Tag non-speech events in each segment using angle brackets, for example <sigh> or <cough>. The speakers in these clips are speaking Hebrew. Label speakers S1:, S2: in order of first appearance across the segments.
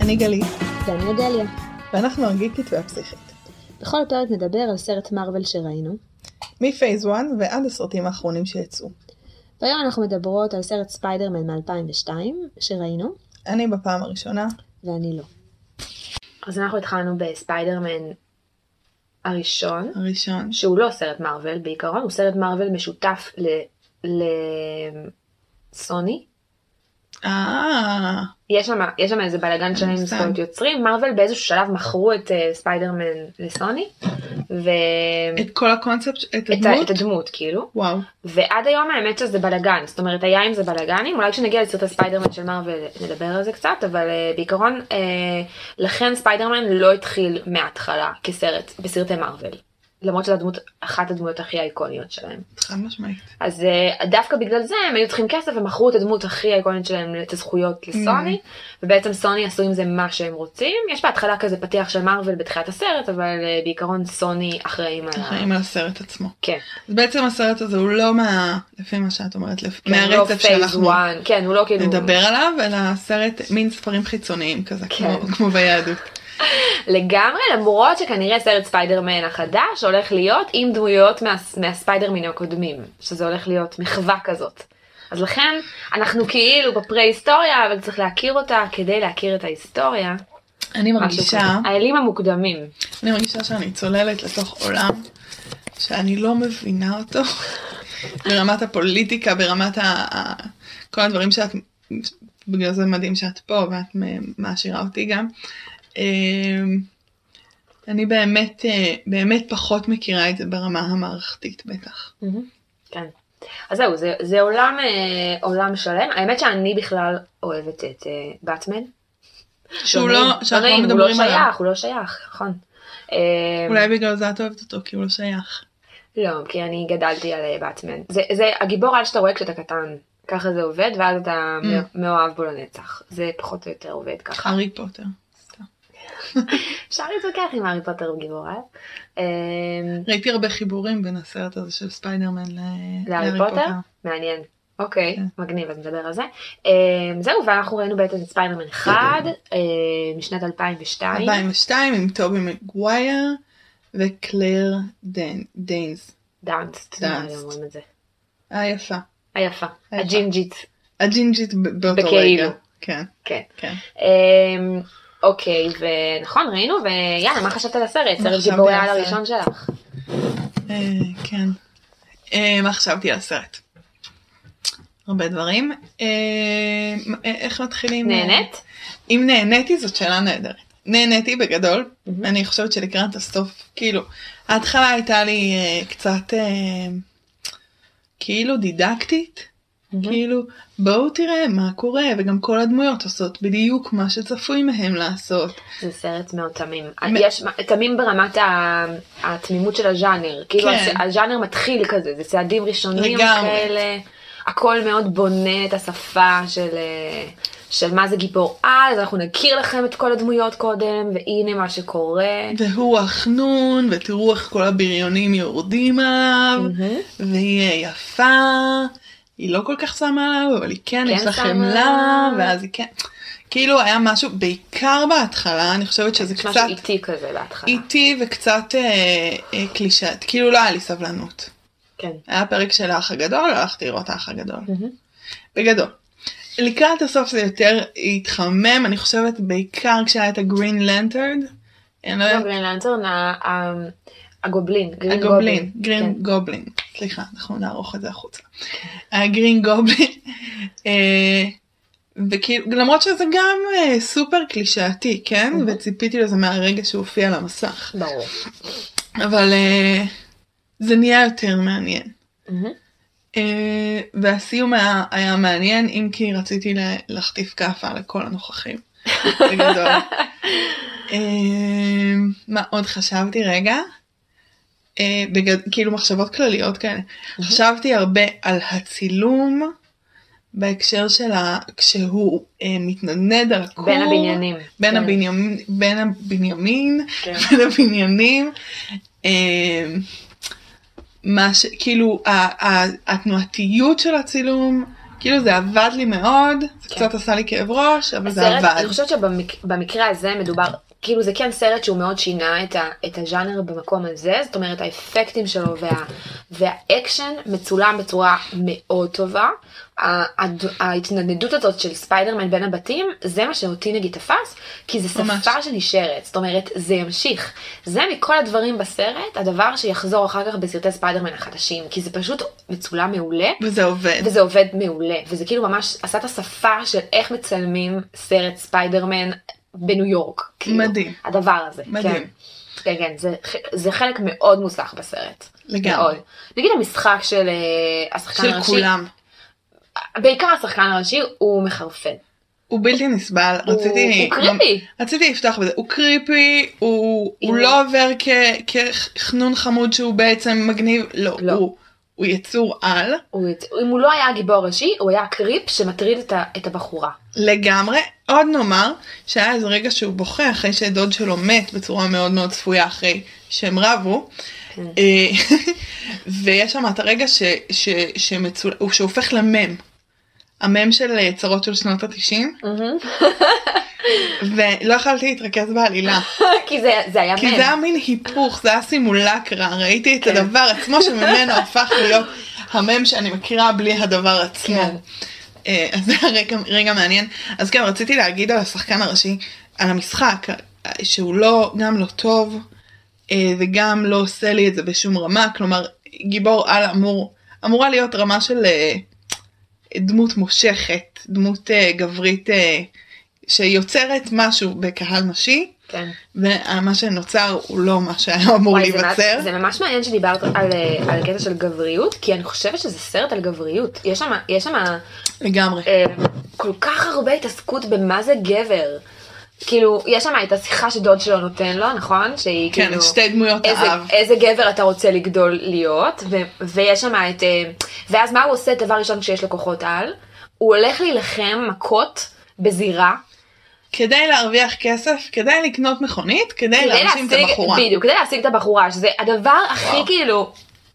S1: אני גלית,
S2: ואני אודליה.
S1: ואנחנו הגיקית והפסיכית.
S2: בכל פרק נדבר על סרט מארוול שראינו,
S1: מפייס 1 ועד הסרטים האחרונים שיצאו.
S2: והיום אנחנו מדברות על סרט ספיידרמן מ-2002 שראינו,
S1: אני בפעם הראשונה,
S2: ואני לא. אז אנחנו התחלנו בספיידרמן הראשון,
S1: הראשון,
S2: שהוא לא סרט מארוול בעיקרון, הוא סרט מארוול משותף לסוני.
S1: אה,
S2: יש שם, יש שם איזה בלאגן שלם עם
S1: מושג.
S2: זכויות יוצרים, מארוול באיזשהו שלב מכרו את אה, ספיידרמן לסוני, ו...
S1: את כל הקונספט, את
S2: את, ה- את
S1: הדמות?
S2: הדמות כאילו,
S1: וואו,
S2: ועד היום האמת שזה בלאגן, זאת אומרת היה עם זה בלאגנים, אולי כשנגיע לסרטי ספיידרמן של מארוול נדבר על זה קצת, אבל אה, בעיקרון אה, לכן ספיידרמן לא התחיל מההתחלה כסרט בסרטי מארוול, למרות שזו הדמות, אחת הדמויות הכי האיקוניות שלהם.
S1: חד משמעית.
S2: אז אה, דווקא בגלל זה הם היו צריכים כסף ומכרו את הדמות הכי אייקונית שלהם את הזכויות לסוני
S1: Mm-hmm.
S2: ובעצם סוני עשו עם זה מה שהם רוצים יש בהתחלה כזה פתיח של מארוול בתחילת הסרט אבל אה, בעיקרון סוני אחראים על ה...
S1: אחראים על הסרט עצמו.
S2: כן.
S1: אז בעצם הסרט הזה הוא לא מה, לפי מה שאת אומרת, לפ-
S2: כן, הוא לא
S1: מהרצף
S2: phase
S1: שאנחנו
S2: one, כן הוא לא כאילו
S1: נדבר עליו, אלא סרט מין ספרים חיצוניים כזה, כמו-
S2: כן.
S1: כמו ביהדות.
S2: לגמרי למרות שכנראה סרט ספיידרמן החדש הולך להיות עם דמויות מה... מהספיידרמן הקודמים שזה הולך להיות מחווה כזאת. אז לכן אנחנו כאילו בפרה היסטוריה אבל צריך להכיר אותה כדי להכיר את ההיסטוריה.
S1: אני
S2: משהו
S1: מרגישה,
S2: כזה. האלים המוקדמים.
S1: אני מרגישה שאני צוללת לתוך עולם שאני לא מבינה
S2: <laughs>
S1: אותו ברמת הפוליטיקה, ברמת ה... ה- כל הדברים שאת, בגלל זה מדהים שאת פה ואת מ- מעשירה אותי גם. אמ, אני באמת, אה, באמת פחות מכירה את זה ברמה המערכתית בטח.
S2: כן. אז זהו, זה, זה עולם, אה, עולם שלם. האמת שאני בכלל אוהבת את אה, באטמן.
S1: שהוא
S2: נעים,
S1: לא, שאנחנו לא
S2: נעים,
S1: מדברים
S2: הוא לא
S1: עליו.
S2: שייך, הוא לא שייך, נכון. אה,
S1: אולי בגלל זה את אוהבת אותו, כי הוא לא שייך.
S2: לא, כי אני גדלתי על אה, באטמן. זה, זה הגיבור על שאתה רואה כשאתה קטן. ככה זה עובד, ואז אתה
S1: Mm.
S2: מאוהב בו לנצח. זה פחות או יותר עובד ככה.
S1: הארי פוטר.
S2: אפשר להתווכח עם הארי פוטר הוא גיבור על. אה,
S1: ראיתי הרבה חיבורים בין הסרט הזה של ספיידרמן ל-
S2: להארי פוטר? מעניין. אוקיי,
S1: כן.
S2: מגניב, אז נדבר על זה. אמ, זהו, ואנחנו ראינו בעצם את ספיידרמן 1
S1: כן.
S2: אמ, משנת 2002.
S1: 2002 עם טובי מגווייר וקלר דן- דיינס.
S2: דאנסט,
S1: דאנסט.
S2: נראה לי לא, אומרים את זה.
S1: היפה.
S2: היפה,
S1: היפה.
S2: הג'ינג'ית.
S1: אה, הג'ינג'ית ב- באותו
S2: בכאילו.
S1: רגע. כן,
S2: כן.
S1: כן.
S2: אמ, אוקיי, ונכון, ראינו, ויאללה, מה חשבת על הסרט?
S1: מה
S2: סרט
S1: חשבתי
S2: גיבורי
S1: על
S2: העל
S1: הסרט?
S2: הראשון שלך.
S1: אה, כן. אה, מה חשבתי על הסרט? הרבה דברים. אה, מ- אה, איך מתחילים?
S2: נהנית?
S1: אם נהניתי זאת שאלה נהדרת. נהניתי בגדול,
S2: מהמם.
S1: אני חושבת שלקראת הסוף, כאילו, ההתחלה הייתה לי אה, קצת אה, כאילו דידקטית, כאילו בואו תראה מה קורה וגם כל הדמויות עושות בדיוק מה שצפוי מהם לעשות.
S2: זה סרט מאוד תמים. אה,
S1: מ-
S2: יש תמים ברמת ה- התמימות של הז'אנר. כאילו
S1: כן.
S2: הז- הז'אנר מתחיל כזה, זה צעדים ראשונים
S1: לגמרי.
S2: כאלה. הכל מאוד בונה את השפה של, אה, של מה זה גיבור על, אז אנחנו נכיר לכם את כל הדמויות קודם, והנה מה שקורה.
S1: והוא החנון ותראו איך כל הבריונים יורדים עליו
S2: מהמם.
S1: והיא אה, יפה. היא לא כל כך שמה עליו אבל היא כן,
S2: כן
S1: יש לה
S2: שמה
S1: חמלה
S2: עליו.
S1: ואז היא כן. כאילו היה משהו בעיקר בהתחלה אני חושבת שזה
S2: יש
S1: קצת
S2: משהו איטי כזה בהתחלה.
S1: איטי וקצת אה, אה, קלישאת כאילו לא היה לי סבלנות.
S2: כן.
S1: היה פרק של האח הגדול הלכתי לראות האח הגדול.
S2: מהמם.
S1: בגדול. לקראת הסוף זה יותר התחמם, אני חושבת בעיקר כשהיה את הגרין לנטרד. אני לא
S2: לא,
S1: יודעת,
S2: גרין לנטרן, ה- ה- הגובלין. גרין
S1: הגובלין,
S2: כן.
S1: אה, גרין גובלין, סליחה, אנחנו נערוך את זה החוצה. הגרין גובלין. אה, וכאילו, למרות שזה גם אה, סופר קלישאתי, כן?
S2: Mhm.
S1: וציפיתי לזה מהרגע שהוא הופיע על המסך.
S2: כן, ברור.
S1: אבל אה, זה נהיה יותר מעניין.
S2: מהמם.
S1: אה, והסיום היה, היה מעניין, אם כי רציתי ל- להחטיף כאפה לכל הנוכחים.
S2: <laughs>
S1: בגדול. אה, מה עוד חשבתי רגע? אה, בגד... כאילו מחשבות כלליות כאלה. חשבתי הרבה על הצילום בהקשר של ה... כשהוא אה, מתנדנד על הכור.
S2: בין הבניינים.
S1: בין,
S2: כן.
S1: הבנימין, בין הבנימין,
S2: כן.
S1: בין הבניינים. אה, מה ש... כאילו, ה- ה- התנועתיות של הצילום, כאילו זה עבד לי מאוד, זה קצת עשה לי כאב ראש, אבל זה
S2: כן. הסרט,
S1: עבד.
S2: אני חושבת שבמקרה הזה מדובר, כאילו זה כן סרט שהוא מאוד שינה את, ה, את הז'אנר במקום הזה, זאת אומרת האפקטים שלו וה, והאקשן מצולם בצורה מאוד טובה. ה- הד- ההתנדנדות הזאת של ספיידרמן בין הבתים, זה מה שאותי נגיד תפס, כי זה
S1: ממש.
S2: שפה שנשארת, זאת אומרת זה ימשיך. זה מכל הדברים בסרט, הדבר שיחזור אחר כך בסרטי ספיידרמן החדשים, כי זה פשוט מצולם מעולה.
S1: וזה עובד.
S2: וזה עובד מעולה, וזה כאילו ממש עשה את השפה של איך מצלמים סרט ספיידרמן בניו יורק. כאילו,
S1: מדהים.
S2: הדבר הזה.
S1: מדהים.
S2: כן, כן, כן זה, ח- זה חלק מאוד מוצלח בסרט.
S1: לגמרי.
S2: מאוד. נגיד המשחק של אה, השחקן
S1: של
S2: הראשי,
S1: כולם.
S2: בעיקר השחקן הראשי הוא מחרפן.
S1: הוא בלתי נסבל,
S2: הוא-
S1: רציתי...
S2: הוא קריפי.
S1: רציתי לפתוח בזה, הוא קריפי, הוא, הוא
S2: הנה.
S1: לא עובר כ, כחנון חמוד שהוא בעצם מגניב, לא,
S2: לא.
S1: הוא, הוא יצור על
S2: הוא, יצ- אם הוא לא היה הגיבור הראשי, הוא היה הקריפ שמטריד את, ה, את הבחורה. <laughs>
S1: לגמרי. עוד נאמר שהיה איזה רגע שהוא בוכה אחרי שדוד שלו מת בצורה מאוד מאוד צפויה אחרי שהם רבו. אה, <laughs> ויש שם את הרגע ש, ש, שמצול... הוא שהופך למם. המם של אה, צרות של שנות התשעים, ולא יכלתי להתרכז בעלילה.
S2: כי זה, זה היה
S1: כי
S2: מם.
S1: זה היה מין היפוך, זה היה סימולקרה, ראיתי את
S2: כן.
S1: הדבר
S2: <laughs>
S1: עצמו שממנו הפך להיות המם שאני מכירה בלי הדבר עצמו.
S2: כן.
S1: אה, אז זה היה רגע, רגע מעניין. אז כן, רציתי להגיד על השחקן הראשי, על המשחק, אה, שהוא לא, גם לא טוב, אה, וגם לא עושה לי את זה בשום רמה, כלומר, גיבור על אמור, אמורה להיות רמה של אה, דמות מושכת, דמות אה, גברית אה, שיוצרת משהו בקהל נשי.
S2: כן.
S1: ומה שנוצר הוא לא מה שהיה אמור
S2: וואי, זה
S1: להיווצר.
S2: ממש- זה ממש מעניין שדיברת על, אה, על הקטע של גבריות, כי אני חושבת שזה סרט על גבריות. יש שם, יש שם
S1: לגמרי.
S2: אה, כל כך הרבה התעסקות במה זה גבר. כאילו, יש שם את השיחה שדוד שלו נותן לו, נכון? שהיא
S1: כן,
S2: כאילו...
S1: שתי דמויות
S2: איזה,
S1: האב.
S2: איזה גבר אתה רוצה לגדול להיות, ו, ויש שם את... אה, ואז מה הוא עושה דבר ראשון כשיש לו כוחות על? הוא הולך להילחם מכות בזירה,
S1: כדי להרוויח כסף, כדי לקנות מכונית, כדי להנשים את הבחורה.
S2: בדיוק, כדי להשיג את הבחורה, שזה הדבר הכי
S1: וואו.
S2: כאילו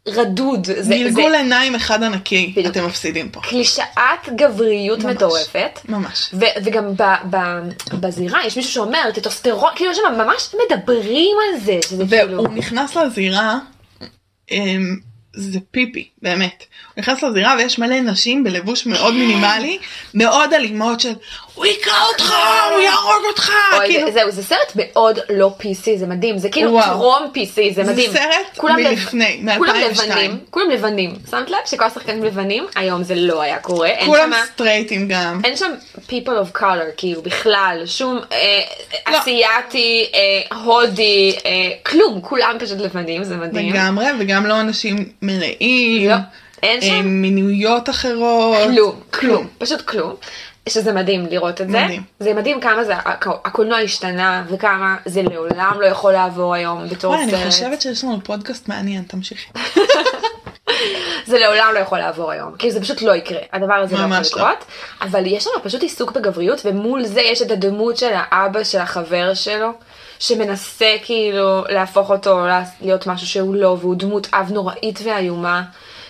S2: רדוד. זה- זה-
S1: גלגול עיניים אחד ענקי,
S2: בדיוק.
S1: אתם מפסידים פה.
S2: קלישאת גבריות
S1: ממש.
S2: מטורפת.
S1: ממש.
S2: ו- וגם ב- ב- בזירה יש מישהו שאומר טטוסטרון, כאילו יש שם ממש מדברים על זה, שזה כאילו...
S1: והוא נכנס לזירה, אמ, זה פיפי, באמת. הוא נכנס לזירה ויש מלא נשים בלבוש מאוד מינימלי, מאוד אלימות של הוא ייקח
S2: <laughs>
S1: אותך, הוא יהרוג אותך,
S2: אוי,
S1: כאילו.
S2: זה- זהו, זה סרט מאוד לא PC, זה מדהים, זה כאילו
S1: וואו.
S2: טרום PC, זה
S1: זה
S2: מדהים.
S1: סרט
S2: כולם לב-
S1: מלפני, מ-
S2: כולם
S1: 2002.
S2: לבנים, כולם לבנים. שמת לב שכל השחקנים לבנים, היום זה לא היה קורה, אין
S1: כולם
S2: שמה-
S1: סטרייטים גם.
S2: אין שם people of color, כאילו בכלל, שום אה,
S1: לא.
S2: אסייתי, אה, הודי, אה, כלום, כולם פשוט לבנים, זה מדהים.
S1: לגמרי, וגם לא אנשים מלאים,
S2: לא, אין
S1: אה,
S2: שם
S1: מינויות אחרות,
S2: כלום, כלום, פשוט כלום. שזה מדהים לראות את זה.
S1: מדהים.
S2: זה מדהים כמה זה, הק- הקולנוע השתנה וכמה זה לעולם לא יכול לעבור היום בתור
S1: וואי, אני
S2: סרט.
S1: חושבת שיש לנו פודקאסט מעניין, תמשיכי.
S2: זה לעולם לא יכול לעבור היום. כאילו זה פשוט לא יקרה. הדבר הזה לא יכול
S1: ממש לא.
S2: לקרות. אבל יש שם פשוט עיסוק בגבריות ומול זה יש את הדמות של האבא של החבר שלו. שמנסה כאילו להפוך אותו לה- להיות משהו שהוא לא והוא דמות אב נוראית ואיומה.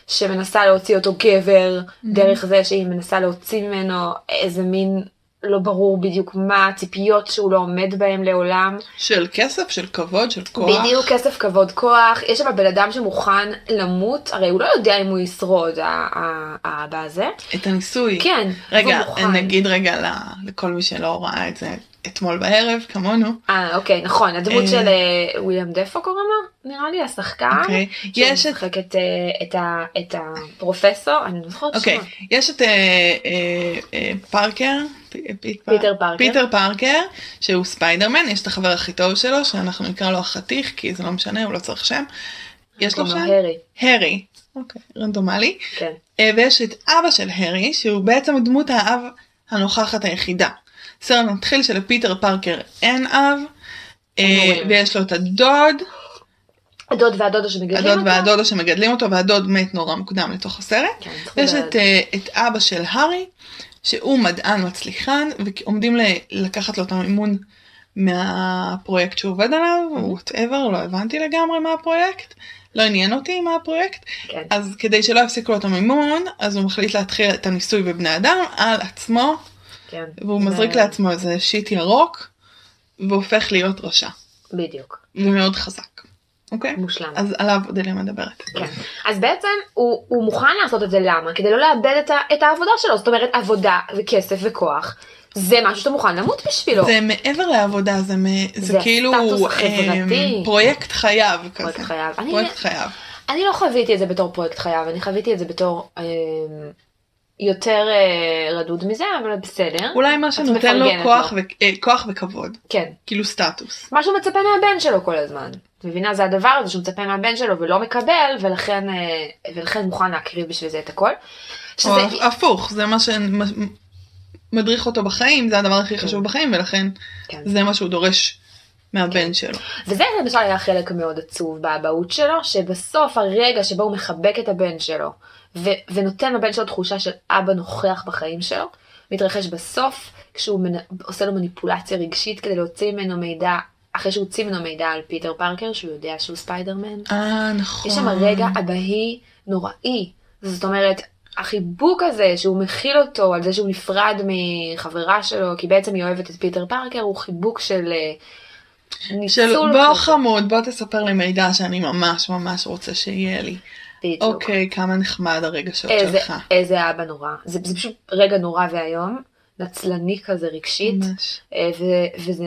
S2: שמנסה להוציא אותו גבר דרך זה שהיא מנסה להוציא ממנו איזה מין לא ברור בדיוק מה הציפיות שהוא לא עומד בהם לעולם.
S1: של כסף, של כבוד, של כוח.
S2: בדיוק כסף כבוד כוח יש שם בן אדם שמוכן למות הרי הוא לא יודע אם הוא ישרוד ה- ה- האבא הזה.
S1: את הניסוי.
S2: כן,
S1: רגע,
S2: והוא מוכן.
S1: נגיד רגע ל- לכל מי שלא ראה את זה אתמול בערב, כמונו.
S2: אה אוקיי נכון הדמות
S1: אה.
S2: של אה, וויליאם דפו קוראים לו נראה לי השחקן.
S1: אוקיי. יש את-
S2: שמשחק את, אה, את, ה- את הפרופסור אני לא זוכרת
S1: אוקיי,
S2: שמה.
S1: יש את אה, אה, אה, פארקר, פ- אה, פיט פאר-
S2: פיטר פארקר.
S1: פיטר פארקר, שהוא ספיידרמן, יש את החבר הכי טוב שלו, שאנחנו נקרא לו החתיך, כי זה לא משנה, הוא לא צריך שם. יש לו
S2: קוראים לו
S1: שם?
S2: הארי.
S1: הארי. אוקיי, רנדומלי.
S2: כן.
S1: אה, ויש את אבא של הארי, שהוא בעצם דמות האב הנוכחת היחידה. סרט מתחיל שלפיטר פארקר אין אב, אה,
S2: הורים.
S1: ויש לו את הדוד,
S2: הדוד והדודה שמגדלים
S1: הדוד
S2: אותו.
S1: והדודה שמגדלים אותו, והדוד מת נורא מוקדם לתוך הסרט.
S2: כן, צריך
S1: ויש
S2: לדעת.
S1: את, אה, את אבא של הארי, שהוא מדען מצליחן, ועומדים ל- לקחת לו את המימון מהפרויקט שהוא עובד עליו, וואטאבר, לא הבנתי לגמרי מה הפרויקט, לא עניין אותי מה הפרויקט,
S2: כן.
S1: אז כדי שלא יפסיקו לו את המימון, אז הוא מחליט להתחיל את הניסוי בבני אדם על עצמו,
S2: כן.
S1: והוא
S2: זה-
S1: מזריק לעצמו איזה שיט ירוק, והופך להיות רשע,
S2: בדיוק.
S1: ומאוד חזק, אוקיי?
S2: מושלם.
S1: אז עליו עוד אליה מדברת.
S2: כן. אז בעצם הוא, הוא מוכן לעשות את זה למה? כדי לא לאבד את, ה, את העבודה שלו. זאת אומרת, עבודה וכסף וכוח, זה משהו שאתה מוכן למות בשבילו.
S1: זה מעבר לעבודה, זה, מ... זה,
S2: זה
S1: כאילו
S2: הסטטוס
S1: אמ,
S2: החברתי.
S1: פרויקט חייו כזה.
S2: פרויקט חייו. אני-
S1: פרויקט חייו.
S2: אני לא חוויתי את זה בתור פרויקט חייו, אני חוויתי את זה בתור אה, יותר אה, רדוד מזה, אבל בסדר.
S1: אולי מה
S2: את
S1: שנותן לו
S2: מפרגנת
S1: כוח, ו... אה, כוח וכבוד,
S2: כן.
S1: כאילו סטטוס.
S2: מה שהוא מצפה מהבן שלו כל הזמן. את מבינה? זה הדבר הזה שהוא מצפה מהבן שלו ולא מקבל, ולכן, אה, ולכן מוכן להקריב בשביל זה את הכל. שזה,
S1: או הפ- הפוך, זה מה שמדריך אותו בחיים, זה הדבר הכי חשוב בחיים, ולכן
S2: כן.
S1: זה מה שהוא דורש מהבן שלו.
S2: וזה למשל היה חלק מאוד עצוב באבהות שלו, שבסוף הרגע שבו הוא מחבק את הבן שלו, ו- ונותן לבן שלו תחושה של אבא נוכח בחיים שלו, מתרחש בסוף, כשהוא מנ- עושה לו מניפולציה רגשית כדי להוציא ממנו מידע, אחרי שהוציא ממנו מידע על פיטר פארקר, שהוא יודע שהוא ספיידרמן.
S1: אה, נכון.
S2: יש שם רגע אבהי נוראי. זאת אומרת, החיבוק הזה שהוא מכיל אותו על זה שהוא נפרד מחברה שלו, כי בעצם היא אוהבת את פיטר פארקר, הוא חיבוק של אה,
S1: של
S2: ניצול.
S1: בוא
S2: כזה.
S1: חמוד, בוא תספר לי מידע שאני ממש ממש רוצה שיהיה לי.
S2: בדיוק.
S1: אוקיי, כמה נחמד הרגשות
S2: איזה,
S1: שלך.
S2: איזה אבא נורא. זה, זה פשוט רגע נורא ואיום, נצלני כזה רגשית,
S1: ממש.
S2: אה, ו, וזה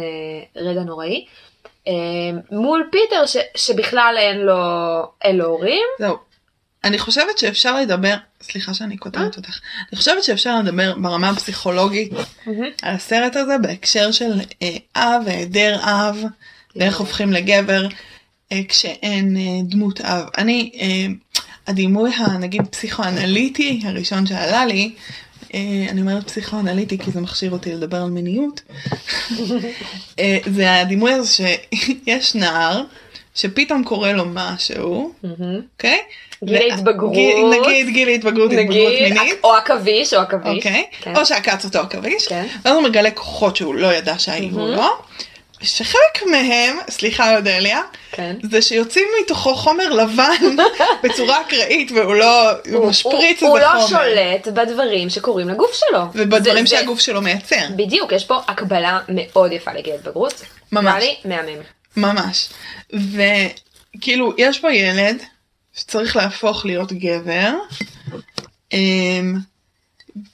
S2: רגע נוראי. אה, מול פיטר ש, שבכלל אין לו, אין לו הורים,
S1: זהו. אני חושבת שאפשר לדבר, סליחה שאני קוטעת אותך, אני חושבת שאפשר לדבר ברמה הפסיכולוגית על הסרט הזה בהקשר של אה, אב, היעדר אב, ואיך הופכים לגבר אה, כשאין אה, דמות אב. אני, אה, הדימוי הנגיד פסיכואנליטי הראשון שעלה לי, אה, אני אומרת פסיכואנליטי כי זה מכשיר אותי לדבר על מיניות, אה, זה הדימוי הזה שיש נער שפתאום קורה לו משהו,
S2: מהמם.
S1: אוקיי?
S2: גיל
S1: ו-
S2: ההתבגרות.
S1: גיל- נגיד גיל ההתבגרות, התבגרות
S2: נגיד,
S1: מינית,
S2: או עכביש, או עכביש.
S1: אוקיי?
S2: כן.
S1: או שעקץ אותו אוקיי, עכביש,
S2: כן.
S1: ואז הוא מגלה כוחות שהוא לא ידע שהיו
S2: מהמם.
S1: לו, שחלק מהם, סליחה אודליה,
S2: כן.
S1: זה שיוצאים מתוכו חומר
S2: <laughs>
S1: לבן בצורה אקראית והוא לא, הוא משפריץ איזה
S2: הוא, הוא
S1: חומר.
S2: לא שולט בדברים שקורים לגוף שלו.
S1: ובדברים
S2: זה- זה-
S1: שהגוף שלו מייצר,
S2: בדיוק, יש פה הקבלה מאוד יפה לגיל התבגרות.
S1: ממש.
S2: נראה לי מהמם.
S1: ממש. וכאילו, יש פה ילד שצריך להפוך להיות גבר, אמ,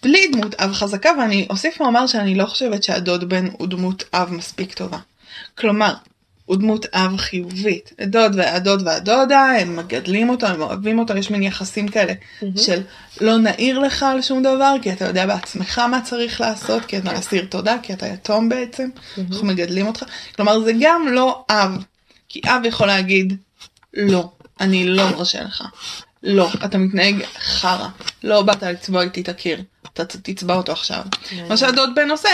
S1: בלי דמות אב חזקה, ואני אוסיף ואומר שאני לא חושבת שהדוד בן הוא דמות אב מספיק טובה. כלומר, הוא דמות אב חיובית. הדוד והדוד והדודה, הם מגדלים אותו, הם אוהבים אותו, יש מין יחסים כאלה של לא נעיר לך על שום דבר, כי אתה יודע בעצמך מה צריך לעשות, כי אתה אסיר תודה, כי אתה יתום בעצם, אנחנו מגדלים אותך. כלומר, זה גם לא אב, כי אב יכול להגיד, לא, אני לא מרשה לך. לא, אתה מתנהג חרא. לא באת לצבוע איתי את הקיר, אתה ת- תצבע אותו עכשיו. מה שהדוד בן עושה,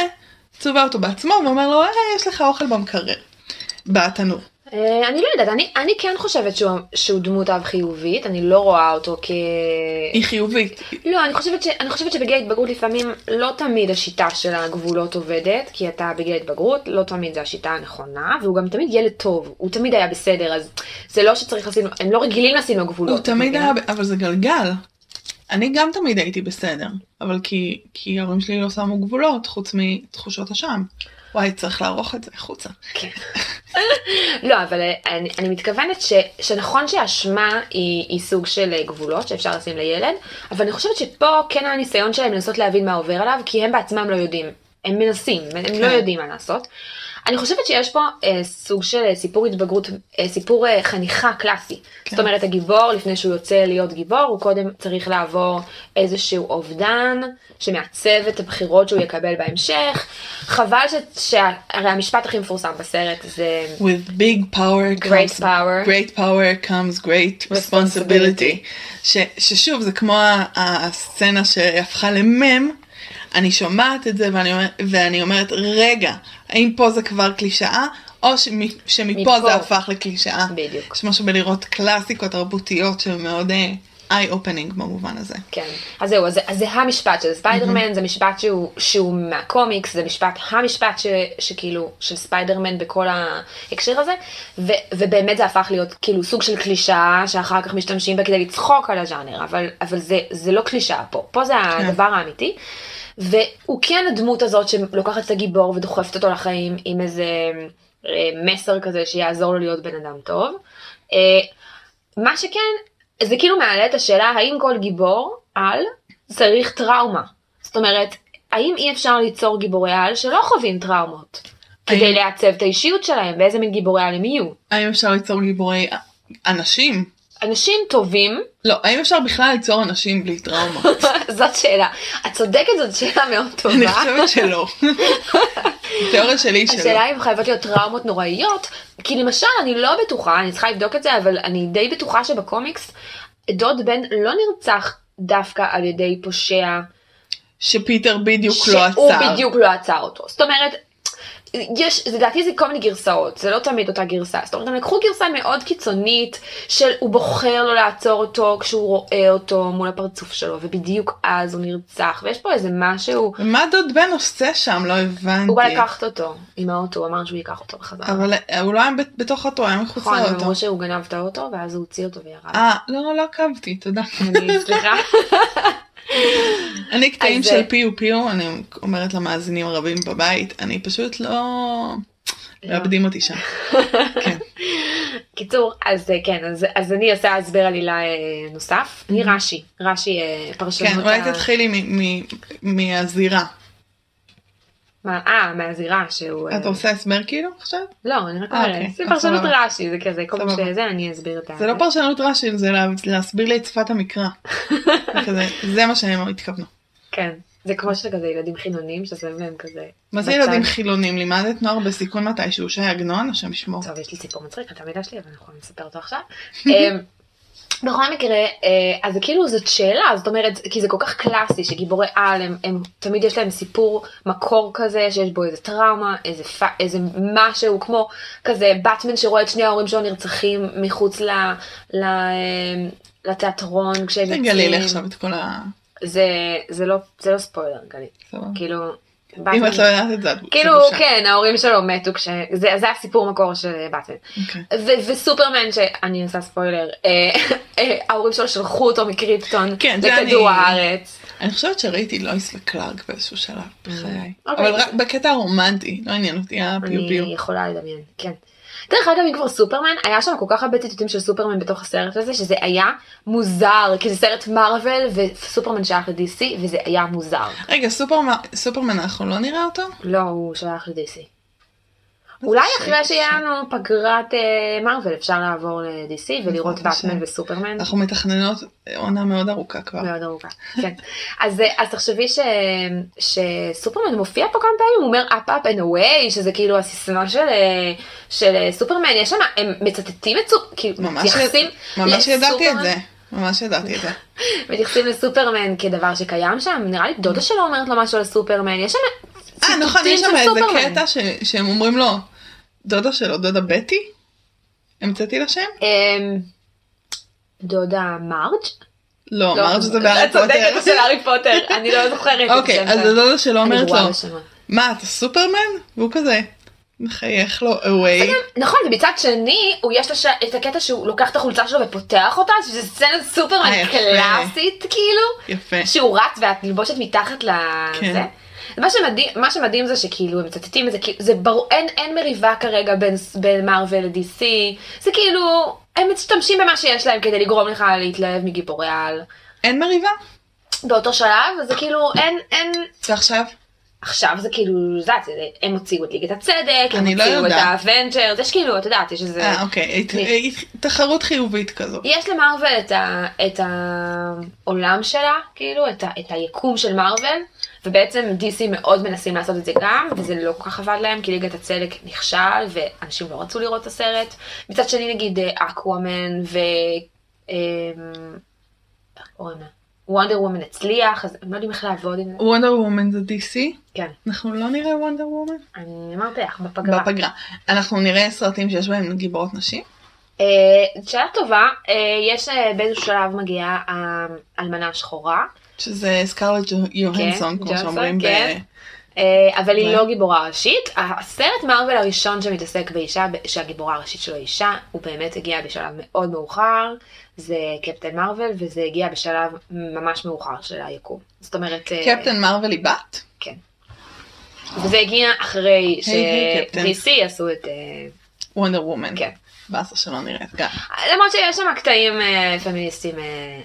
S1: צובע אותו בעצמו ואומר לו, אה, יש לך אוכל במקרר. בתנור.
S2: אה, אני לא יודעת, אני, אני כן חושבת שהוא, שהוא דמות אב חיובית, אני לא רואה אותו כ...
S1: היא חיובית.
S2: לא, אני חושבת, ש... אני חושבת שבגיל ההתבגרות לפעמים לא תמיד השיטה של הגבולות עובדת, כי אתה בגיל ההתבגרות, לא תמיד זו השיטה הנכונה, והוא גם תמיד ילד טוב, הוא תמיד היה בסדר, אז זה לא שצריך לשים לו, הם לא רגילים לשים לו גבולות.
S1: הוא תמיד
S2: מבינה?
S1: היה, ב- אבל זה גלגל. אני גם תמיד הייתי בסדר, אבל כי, כי ההורים שלי לא שמו גבולות, חוץ מתחושות אשם. וואי, צריך לערוך את זה החוצה.
S2: כן. לא, אבל אה, אני, אני מתכוונת ש, שנכון שאשמה היא, היא סוג של אה, גבולות שאפשר לשים לילד, אבל אני חושבת שפה כן היה ניסיון שלהם לנסות להבין מה עובר עליו, כי הם בעצמם לא יודעים. הם מנסים, הם כן. לא יודעים מה לעשות. אני חושבת שיש פה אה, סוג של אה, סיפור התבגרות, אה, סיפור אה, חניכה קלאסי. כן. זאת אומרת, הגיבור, לפני שהוא יוצא להיות גיבור, הוא קודם צריך לעבור איזשהו אובדן שמעצב את הבחירות שהוא יקבל בהמשך. חבל ש... שה- הרי המשפט הכי מפורסם בסרט זה...
S1: With big power comes
S2: Great power.
S1: great power comes great responsibility.
S2: Responsibility.
S1: ש, ששוב זה כמו ה- ה- הסצנה שהפכה למם, אני שומעת את זה ואני, אומר, ואני אומרת רגע, האם פה זה כבר קלישאה, או שמ, שמפה
S2: מפה.
S1: זה הפך לקלישאה.
S2: בדיוק.
S1: יש משהו בלראות קלאסיקות תרבותיות שמאוד אה, איי אופנינג במובן הזה.
S2: כן. אז זהו, אז, אז זה המשפט של ספיידרמן, זה משפט שהוא, שהוא מהקומיקס, זה משפט, המשפט ש, שכאילו, של ספיידרמן בכל ההקשר הזה, ו, ובאמת זה הפך להיות כאילו סוג של קלישאה, שאחר כך משתמשים בה כדי לצחוק על הז'אנר, אבל, אבל זה, זה לא קלישאה פה, פה זה הדבר האמיתי. והוא כן הדמות הזאת שלוקחת את הגיבור ודוחפת אותו לחיים עם איזה אה, מסר כזה שיעזור לו להיות בן אדם טוב. אה, מה שכן, זה כאילו מעלה את השאלה האם כל גיבור על צריך טראומה. זאת אומרת, האם אי אפשר ליצור גיבורי על שלא חווים טראומות?
S1: האם-
S2: כדי לעצב את האישיות שלהם, באיזה מין גיבורי על הם יהיו.
S1: האם אפשר ליצור גיבורי אה, אנשים?
S2: אנשים טובים, <laughs>
S1: לא, האם אפשר בכלל ליצור אנשים בלי טראומה?
S2: זאת שאלה. את צודקת, זאת שאלה מאוד טובה.
S1: אני חושבת שלא. התיאוריה שלי היא שלא.
S2: השאלה אם חייבות להיות טראומות נוראיות, כי למשל, אני לא בטוחה, אני צריכה לבדוק את זה, אבל אני די בטוחה שבקומיקס, דוד בן לא נרצח דווקא על ידי פושע
S1: שפיטר בדיוק לא
S2: שהוא
S1: עצר.
S2: בדיוק לא עצר אותו. זאת אומרת, יש, לדעתי זה כל מיני גרסאות, זה לא תמיד אותה גרסה. זאת אומרת, הם לקחו גרסה מאוד קיצונית של הוא בוחר לא לעצור אותו כשהוא רואה אותו מול הפרצוף שלו, ובדיוק אז הוא נרצח, ויש פה איזה משהו,
S1: מה דוד בן עושה שם? לא הבנתי.
S2: הוא בא לקחת אותו עם האוטו, הוא אמר שהוא ייקח אותו בחזרה.
S1: אבל אה, הוא לא היה בת- בתוך אותו, היה מחוץ
S2: נכון, הם
S1: לאוטו.
S2: אמרו שהוא גנב את האוטו, ואז הוא הוציא אותו וירד.
S1: אה, לא, לא עקבתי, תודה.
S2: <laughs> אני, סליחה.
S1: <laughs> אני קטעים
S2: אז,
S1: של
S2: אה,
S1: פיו פיו, אני אומרת למאזינים הרבים בבית, אני פשוט לא...
S2: לא.
S1: מאבדים
S2: <laughs>
S1: אותי שם. כן.
S2: קיצור, אז אה, כן, אז- אז אני אעשה הסבר עלילה אה, נוסף. אני רש"י, רש"י אה, פרשנות.
S1: כן, אולי
S2: ה-
S1: תתחילי מ- מ- מהזירה.
S2: אוקיי. מה- אה, מהזירה שהוא... אה,
S1: את עושה הסבר כאילו עכשיו?
S2: לא, אני רק
S1: אה,
S2: אומרת,
S1: אוקיי,
S2: זה
S1: אז
S2: פרשנות
S1: סבבה.
S2: רש"י, זה כזה, כל פעם
S1: סבבה.
S2: שזה, אני אסביר את ה...
S1: זה לא פרשנות רש"י, זה לה- להסביר לי את
S2: <laughs>
S1: שפת המקרא. זה כזה, זה מה שהם התכוונו.
S2: כן. זה כמו שכזה ילדים חילונים ששמים להם כזה...
S1: מה זה
S2: בצד.
S1: ילדים חילונים? לימדת נוער בסיכון מתישהו שי עגנון, השם ישמור.
S2: טוב, יש לי סיפור מצחיק, את המידע שלי, אבל אנחנו יכולים לספר אותו
S1: <laughs>
S2: עכשיו. אמ, בכל מקרה, אה, אז זה כאילו זאת שאלה, זאת אומרת, כי זה כל כך קלאסי שגיבורי על, הם, הם תמיד יש להם סיפור מקור כזה, שיש בו איזה טראומה, איזה, פ, איזה משהו, כמו כזה באטמן שרואה את שני ההורים שלו נרצחים מחוץ ל, ל, אמ, לתיאטרון כשהם יוצאים.
S1: תגלי לי עכשיו את כל ה...
S2: זה, זה, לא, זה לא ספוילר, גלית.
S1: סבבה.
S2: כאילו,
S1: אוקיי. אם
S2: באטמן-
S1: את לא יודעת את זה, את את
S2: כאילו,
S1: בושה.
S2: כן, ההורים שלו מתו כש... זה, זה הסיפור מקור של אה, באטמן.
S1: אוקיי.
S2: ו- וסופרמן שאני עושה ספוילר, אה, אה, ההורים שלו שלחו אותו מקריפטון
S1: כן, זה
S2: לכדור
S1: אני-
S2: הארץ.
S1: אני חושבת שראיתי לואיס וקלארק באיזשהו שלב בחיי.
S2: אוקיי.
S1: אבל רק בקטע הרומנטי, לא עניין אותי, היה פיו פיו.
S2: אני יכולה לדמיין, כן. דרך אגב, אם כבר סופרמן, היה שם כל כך הרבה ציטוטים של סופרמן בתוך הסרט הזה, שזה היה מוזר, כי זה סרט מארוול וסופרמן שייך ל-DC, וזה היה מוזר.
S1: רגע, סופרמן, סופרמן אנחנו לא נראה אותו?
S2: לא, הוא שייך ל-DC. אולי
S1: זה
S2: אחרי
S1: ש-
S2: שיהיה לנו פגרת אה, מארוול אפשר לעבור ל-DC ולראות
S1: בעזרת השם.
S2: באטמן וסופרמן.
S1: אנחנו מתכננות עונה מאוד ארוכה כבר.
S2: מאוד ארוכה, כן. אז, אה, אז תחשבי ש, שסופרמן מופיע פה כמה פעמים, הוא אומר up up and away, שזה כאילו הסיסמה של, אה, של אה, סופרמן, יש שם, הם מצטטים את סופרמן, כאילו
S1: ממש
S2: מתייחסים,
S1: ממש ידעתי את
S2: לסופרמן.
S1: זה. ממש ידעתי את זה. אה,
S2: מתייחסים לסופרמן כדבר שקיים שם, נראה לי דודה שלו אומרת לו משהו על סופרמן, יש שם
S1: אה, נכון,
S2: ציטוטים
S1: יש שם
S2: של
S1: איזה
S2: סופרמן.
S1: קטע ש- שהם אומרים לו, דודה שלו, דודה בטי? המצאתי לה שם?
S2: אמ, דודה מרג'?
S1: לא,
S2: לא,
S1: אמרת שזה בהארי
S2: את צודקת, זה
S1: פוטר.
S2: של הארי פוטר, אני לא זוכרת את
S1: אוקיי,
S2: השם
S1: אז
S2: שלה.
S1: הדודה שלו
S2: אני
S1: אומרת
S2: גרועה
S1: לו,
S2: בשמות.
S1: מה, אתה סופרמן? והוא כזה, מחייך לו, away.
S2: נכון, ומצד שני, הוא יש לו ש... את הקטע שהוא לוקח את החולצה שלו ופותח אותה, שזה סצנה סופרמן
S1: אה, יפה.
S2: קלאסית, כאילו,
S1: יפה.
S2: שהוא רץ והתלבושת מתחת לזה.
S1: כן.
S2: מה שמדהים, מה שמדהים זה שכאילו הם מצטטים את זה, כאילו, זה ברור, אין, אין מריבה כרגע בין, בין מארוול ל-DC, זה כאילו, הם משתמשים במה שיש להם כדי לגרום לך להתלהב מגיבורי על.
S1: אין מריבה?
S2: באותו שלב, זה כאילו, אין, אין,
S1: ועכשיו?
S2: עכשיו זה כאילו, זה, זה, הם הוציאו את ליגת הצדק, הם
S1: אני לא
S2: הוציאו את
S1: יודעת.
S2: האבנג'רס, יש כאילו, את יודעת, יש איזה...
S1: אה, אוקיי, הת-
S2: אני-
S1: הת- תחרות חיובית כזו.
S2: יש למרוויל את, ה, את העולם שלה, כאילו, את, ה, את היקום של מרוויל, ובעצם DC מאוד מנסים לעשות את זה גם, וזה לא כל כך עבד להם, כי ליגת הצדק נכשל, ואנשים לא רצו לראות את הסרט. מצד שני, נגיד אה, אקוואמן ו... אמ, איך קוראים לה? וונדר וומן הצליח, אז הם לא יודעים איך לעבוד עם זה.
S1: וונדר וומן זה DC?
S2: כן,
S1: אנחנו לא נראה וונדר וומן?
S2: אני אמרתי לך, בפגרה.
S1: בפגרה. אנחנו נראה סרטים שיש בהם גיבורות נשים?
S2: אה, שאלה טובה, אה, יש אה, באיזשהו שלב מגיעה אה, האלמנה השחורה,
S1: שזה סקרלט יוהנסון,
S2: כן,
S1: כמו
S2: ג'ונסון,
S1: שאומרים. ב-
S2: כן. אה, אבל היא
S1: כן.
S2: לא גיבורה ראשית. הסרט מארוול הראשון שמתעסק באישה, שהגיבורה הראשית שלו היא אישה, הוא באמת הגיע בשלב מאוד מאוחר, זה קפטן מארוול, וזה הגיע בשלב ממש מאוחר של היקום. זאת אומרת, אה,
S1: קפטן מרוויל היא בת?
S2: כן. וזה הגיע אחרי
S1: היי, קפטן.
S2: ש-DC עשו את... אה,
S1: וונדר וומן.
S2: כן.
S1: באסה שלא נראית גם.
S2: למרות שיש שם קטעים אה, פמיניסטיים, אה,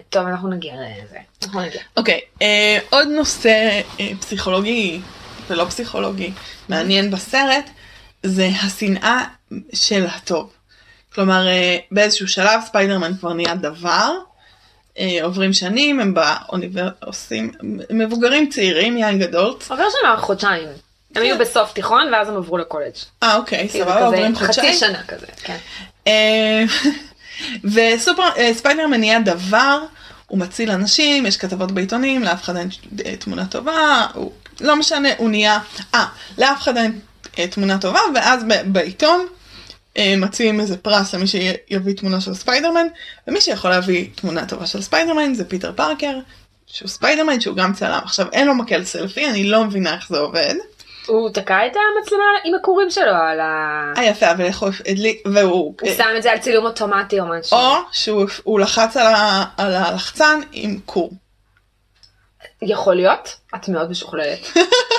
S2: טוב, אנחנו נגיע לזה. אנחנו נגיע.
S1: אוקיי, אה, עוד נושא אה, פסיכולוגי ולא פסיכולוגי מעניין בסרט, זה השנאה של הטוב. כלומר, אה, באיזשהו שלב ספיידרמן כבר נהיה דבר, אה, עוברים שנים, הם באוניברסיטה, עושים, הם מבוגרים צעירים, יאנג אדולט.
S2: עובר שם חודשיים. הם היו בסוף תיכון, ואז הם עברו לקולג'.
S1: אה, אוקיי,
S2: כאילו,
S1: כן. סבבה,
S2: כזה
S1: עוברים
S2: חצי
S1: חודשיים.
S2: שנה כזה, כן.
S1: אה, <laughs> וסופר, אה, ספיידרמן נהיה דבר, הוא מציל אנשים, יש כתבות בעיתונים, לאף אחד אין אה, תמונה טובה, הוא, לא משנה, הוא נהיה, אה, לאף אחד אין אה, תמונה טובה, ואז ב, בעיתון אה, מציעים איזה פרס למי שיביא תמונה של ספיידרמן, ומי שיכול להביא תמונה טובה של ספיידרמן זה פיטר פארקר, שהוא ספיידרמן, שהוא גם צלם. עכשיו, אין לו מקל סלפי, אני לא מבינה איך זה עובד.
S2: הוא תקע את המצלמה עם הכורים שלו על ה...
S1: אה, יפה, אבל איך הוא הדליק, והוא... אה,
S2: הוא שם את זה על צילום אוטומטי או משהו.
S1: או שהוא הוא לחץ על, ה, על הלחצן עם כור.
S2: יכול להיות, את מאוד
S1: <laughs>
S2: משוכללת.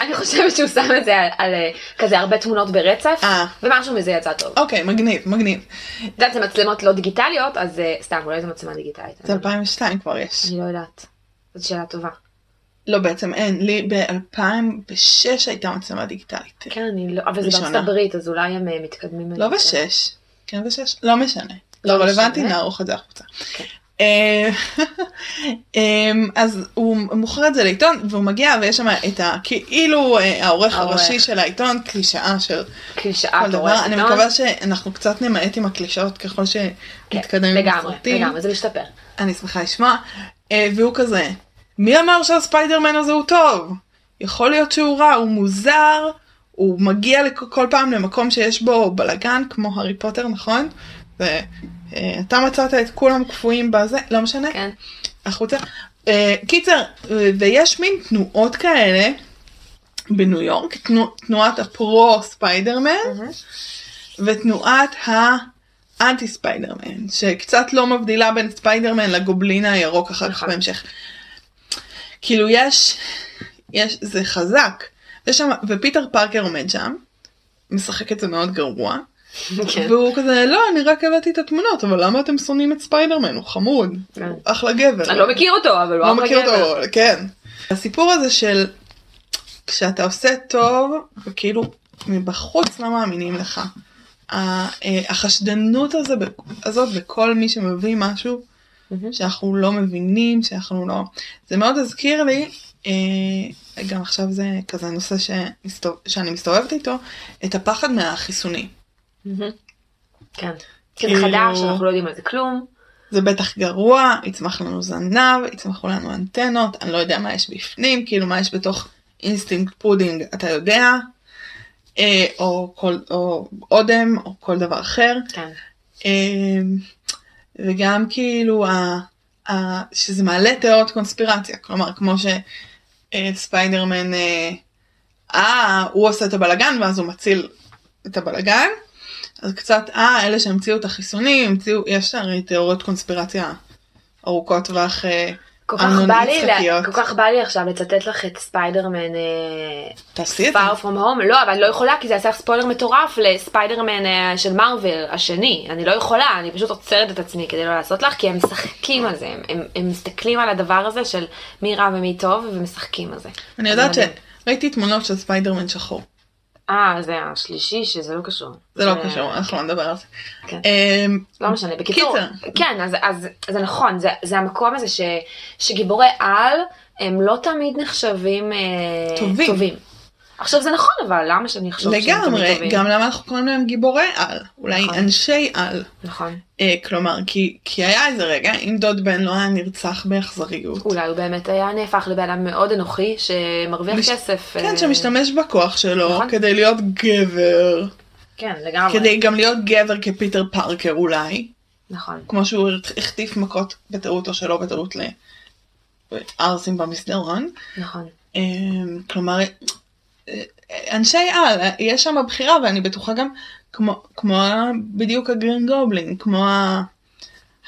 S2: אני חושבת שהוא שם את זה על- על אה, כזה הרבה תמונות ברצף,
S1: אה.
S2: ומשהו מזה יצא טוב.
S1: אוקיי, מגניב, מגניב.
S2: את יודעת, זה מצלמות לא דיגיטליות, אז אה, סתם, אולי זו מצלמה דיגיטלית. לא-
S1: זה 2002 כבר יש.
S2: אני לא יודעת. זו שאלה טובה.
S1: לא, בעצם אין. לי ב-2006 הייתה מצלמה דיגיטלית.
S2: כן, אני לא... אבל זה
S1: ראשונה.
S2: בארצות הברית, אז אולי הם אה, מתקדמים.
S1: לא
S2: עם זה.
S1: בשש. כן בשש? לא משנה. לא
S2: לא
S1: רלוונטי,
S2: משנה. אוקיי.
S1: נערוך את זה החוצה. אה, אמ, אז הוא מוכר את זה לעיתון, והוא מגיע ויש שם את ה... כאילו אה, העורך
S2: העורך.
S1: הראשי של העיתון, קלישאה של
S2: קלישאה, לא?
S1: כל
S2: אתה רואה
S1: דבר. אני מקווה שאנחנו קצת נמעט עם הקלישאות ככל שנתקדם עם
S2: כן, לגמרי,
S1: הסרטים.
S2: לגמרי, זה משתפר.
S1: אני שמחה לשמוע. אה, והוא כזה, מי אמר שהספיידרמן הזה הוא טוב? יכול להיות שהוא רע, הוא מוזר, הוא מגיע לכ- כל פעם למקום שיש בו בלאגן, כמו הארי פוטר, נכון? ואתה מצאת את כולם קפואים בזה, לא משנה, <laughs>
S2: כן.
S1: החוצה. אה, קיצר, אה, ויש מין תנועות כאלה בניו יורק, תנו, תנועת הפרו ספיידרמן, ותנועת האנטי ספיידרמן, שקצת לא מבדילה בין ספיידרמן לגובלין הירוק אחר כך
S2: נכון.
S1: בהמשך. כאילו יש, יש, זה חזק. יש שם, ופיטר פארקר עומד שם, משחק את זה מאוד גרוע,
S2: כן.
S1: והוא כזה, לא, אני רק הבאתי את התמונות, אבל למה אתם שונאים את ספיידרמן? הוא חמוד,
S2: כן.
S1: הוא אחלה גבר.
S2: אני לא מכיר אותו, אבל הוא
S1: לא
S2: אחלה
S1: מכיר
S2: גבר.
S1: אותו, כן. הסיפור הזה של כשאתה עושה טוב, וכאילו מבחוץ לא מאמינים לך. ה- אה, החשדנות הזה בכ- הזאת בכל מי שמביא משהו
S2: מהמם.
S1: שאנחנו לא מבינים, שאנחנו לא... זה מאוד הזכיר לי, אה, גם עכשיו זה כזה נושא שמסתוב... שאני מסתובבת איתו, את הפחד מהחיסונים.
S2: כן. כי זה
S1: כאילו-
S2: חדש, אנחנו לא יודעים על זה כלום.
S1: זה בטח גרוע, יצמח לנו זנב, יצמחו לנו אנטנות, אני לא יודע מה יש בפנים, כאילו מה יש בתוך אינסטינקט פודינג, אתה יודע, אה, או, כל, או אודם, או כל דבר אחר.
S2: כן.
S1: אה, וגם כאילו, ה, ה, שזה מעלה תיאוריות קונספירציה, כלומר, כמו שספיידרמן, אה, אה, הוא עושה את הבלגן ואז הוא מציל את הבלגן. אז קצת, אה, אלה שהמציאו את החיסונים, המציאו, יש הרי תיאוריות קונספירציה ארוכות טווח. אה,
S2: כל כך
S1: אמנון
S2: בא לי,
S1: יצחקיות.
S2: לה- כל כך בא לי עכשיו לצטט לך את ספיידרמן אה,
S1: תעשי את זה.
S2: far from home, לא, אבל אני לא יכולה כי זה יעשה ספוילר מטורף לספיידרמן אה, של מארוול השני, אני לא יכולה, אני פשוט עוצרת את עצמי כדי לא לעשות לך, כי הם משחקים על זה, הם- הם- הם מסתכלים על הדבר הזה של מי רע ומי טוב ומשחקים על זה.
S1: אני יודעת
S2: מדהים.
S1: שראיתי תמונות של ספיידרמן שחור.
S2: אה, זה השלישי שזה לא קשור.
S1: זה לא קשור, אנחנו לא נדבר על זה.
S2: כן.
S1: אמ,
S2: לא משנה, בקיצור,
S1: קיצר.
S2: כן, אז, אז, זה נכון, זה, זה המקום הזה ש, שגיבורי על הם לא תמיד נחשבים אה,
S1: טובים.
S2: טובים. עכשיו זה נכון, אבל למה שאני אחשוב שהם תמיד טובים?
S1: לגמרי, גם למה אנחנו קוראים להם גיבורי על, אולי
S2: נכון.
S1: אנשי על.
S2: נכון,
S1: אה, כלומר, כי, כי היה איזה רגע, אם דוד בן לא היה נרצח באכזריות.
S2: אולי הוא באמת היה נהפך לבן אדם מאוד אנוכי שמרוויח
S1: מש-
S2: כסף.
S1: כן,
S2: אה,
S1: שמשתמש בכוח שלו
S2: נכון.
S1: כדי להיות גבר.
S2: כן, לגמרי.
S1: כדי גם להיות גבר כפיטר פארקר אולי.
S2: נכון.
S1: כמו שהוא החטיף מכות בטעות או שלא בטעות לערסים במסדרון.
S2: נכון.
S1: אמ, כלומר, אה, אנשי על, אה, יש שם בחירה ואני בטוחה גם כמו, כמו ה- בדיוק הגרין גובלין, כמו ה-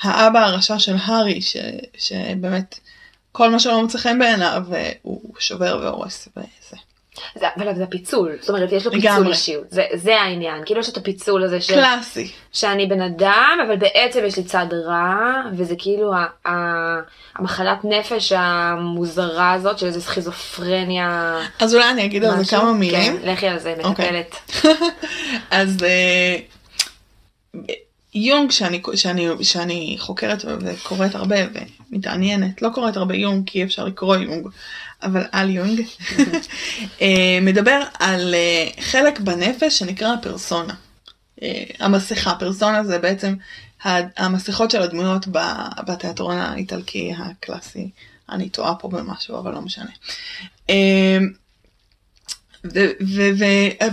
S1: האבא הרשע של הארי, ש, שבאמת כל מה שלא מוצא חן בעיניו אה, הוא שובר והורס וזה.
S2: זה, אבל זה פיצול, זאת אומרת יש לו פיצול
S1: לגמרי.
S2: אישיות, זה, זה העניין, כאילו יש את הפיצול הזה של...
S1: קלאסי.
S2: שאני בן אדם, אבל בעצם יש לי צד רע, וזה כאילו ה- ה- המחלת נפש המוזרה הזאת של איזה סכיזופרניה.
S1: אז אולי אני אגיד על זה
S2: משהו.
S1: כמה מילים.
S2: כן, לכי על זה,
S1: אוקיי.
S2: מטפלת.
S1: אז אה, יונג שאני, שאני, שאני חוקרת וקוראת הרבה ומתעניינת, לא קוראת הרבה יונג כי אי אפשר לקרוא יונג, אבל על יונג, אה, מדבר על אה, חלק בנפש שנקרא הפרסונה. אה, המסכה, פרסונה זה בעצם ה- המסכות של הדמויות ב- בתיאטרון האיטלקי הקלאסי. אני טועה פה במשהו אבל לא משנה. אה,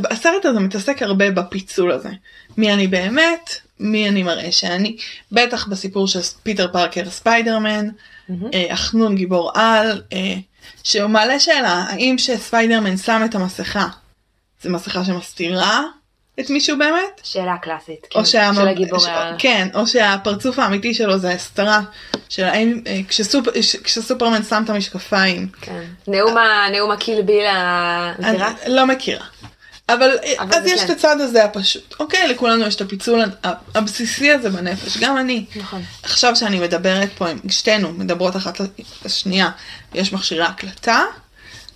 S1: והסרט הזה מתעסק הרבה בפיצול הזה. מי אני באמת, מי אני מראה שאני, בטח בסיפור של פיטר פארקר ספיידרמן,
S2: מהמם.
S1: אה, החנון גיבור על, אה, שהוא מעלה שאלה, האם שספיידרמן שם את המסכה, זו מסכה שמסתירה את מישהו באמת?
S2: שאלה קלאסית, כן,
S1: או שהמ-
S2: של הגיבור
S1: ש-
S2: ה...
S1: כן, או שהפרצוף האמיתי שלו זה הסתרה של האם אה, כשסופ- כש- כשסופרמן שם את המשקפיים,
S2: כן. נאום ה- נאום הקילביל ה...
S1: אני
S2: מכירה?
S1: לא מכירה. אבל,
S2: אבל
S1: אבל אז
S2: זה
S1: יש
S2: כן.
S1: את הצד הזה הפשוט. אוקיי, לכולנו יש את הפיצול ה- הבסיסי הזה בנפש, גם אני.
S2: נכון.
S1: עכשיו שאני מדברת פה, עם- שתינו מדברות אחת לשנייה, יש מכשירי הקלטה,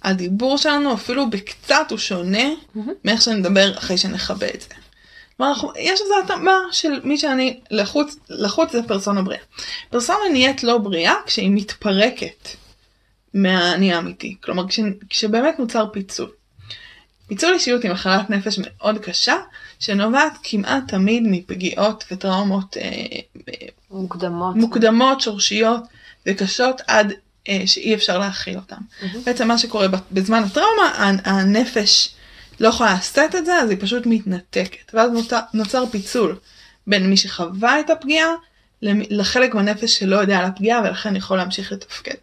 S1: הדיבור שלנו אפילו בקצת הוא שונה מאיך שנדבר אחרי שנכבה את זה. כלומר, אנחנו- יש איזו התאמה של מי שאני, לחוץ, לחוץ זה פרסונה בריאה. פרסונה נהיית לא בריאה כשהיא מתפרקת מהאני האמיתי, כלומר כש, כשבאמת נוצר פיצול. פיצול אישיות היא מחלת נפש מאוד קשה, שנובעת כמעט תמיד מפגיעות וטראומות אה,
S2: מוקדמות.
S1: מוקדמות, שורשיות וקשות עד אה, שאי אפשר להכיל אותן.
S2: מהמם.
S1: בעצם מה שקורה ב- בזמן הטראומה, ה- הנפש לא יכולה לשאת את זה, אז היא פשוט מתנתקת. ואז נוצר, נוצר פיצול בין מי שחווה את הפגיעה למ- לחלק בנפש שלא יודע על הפגיעה ולכן יכול להמשיך לתפקד.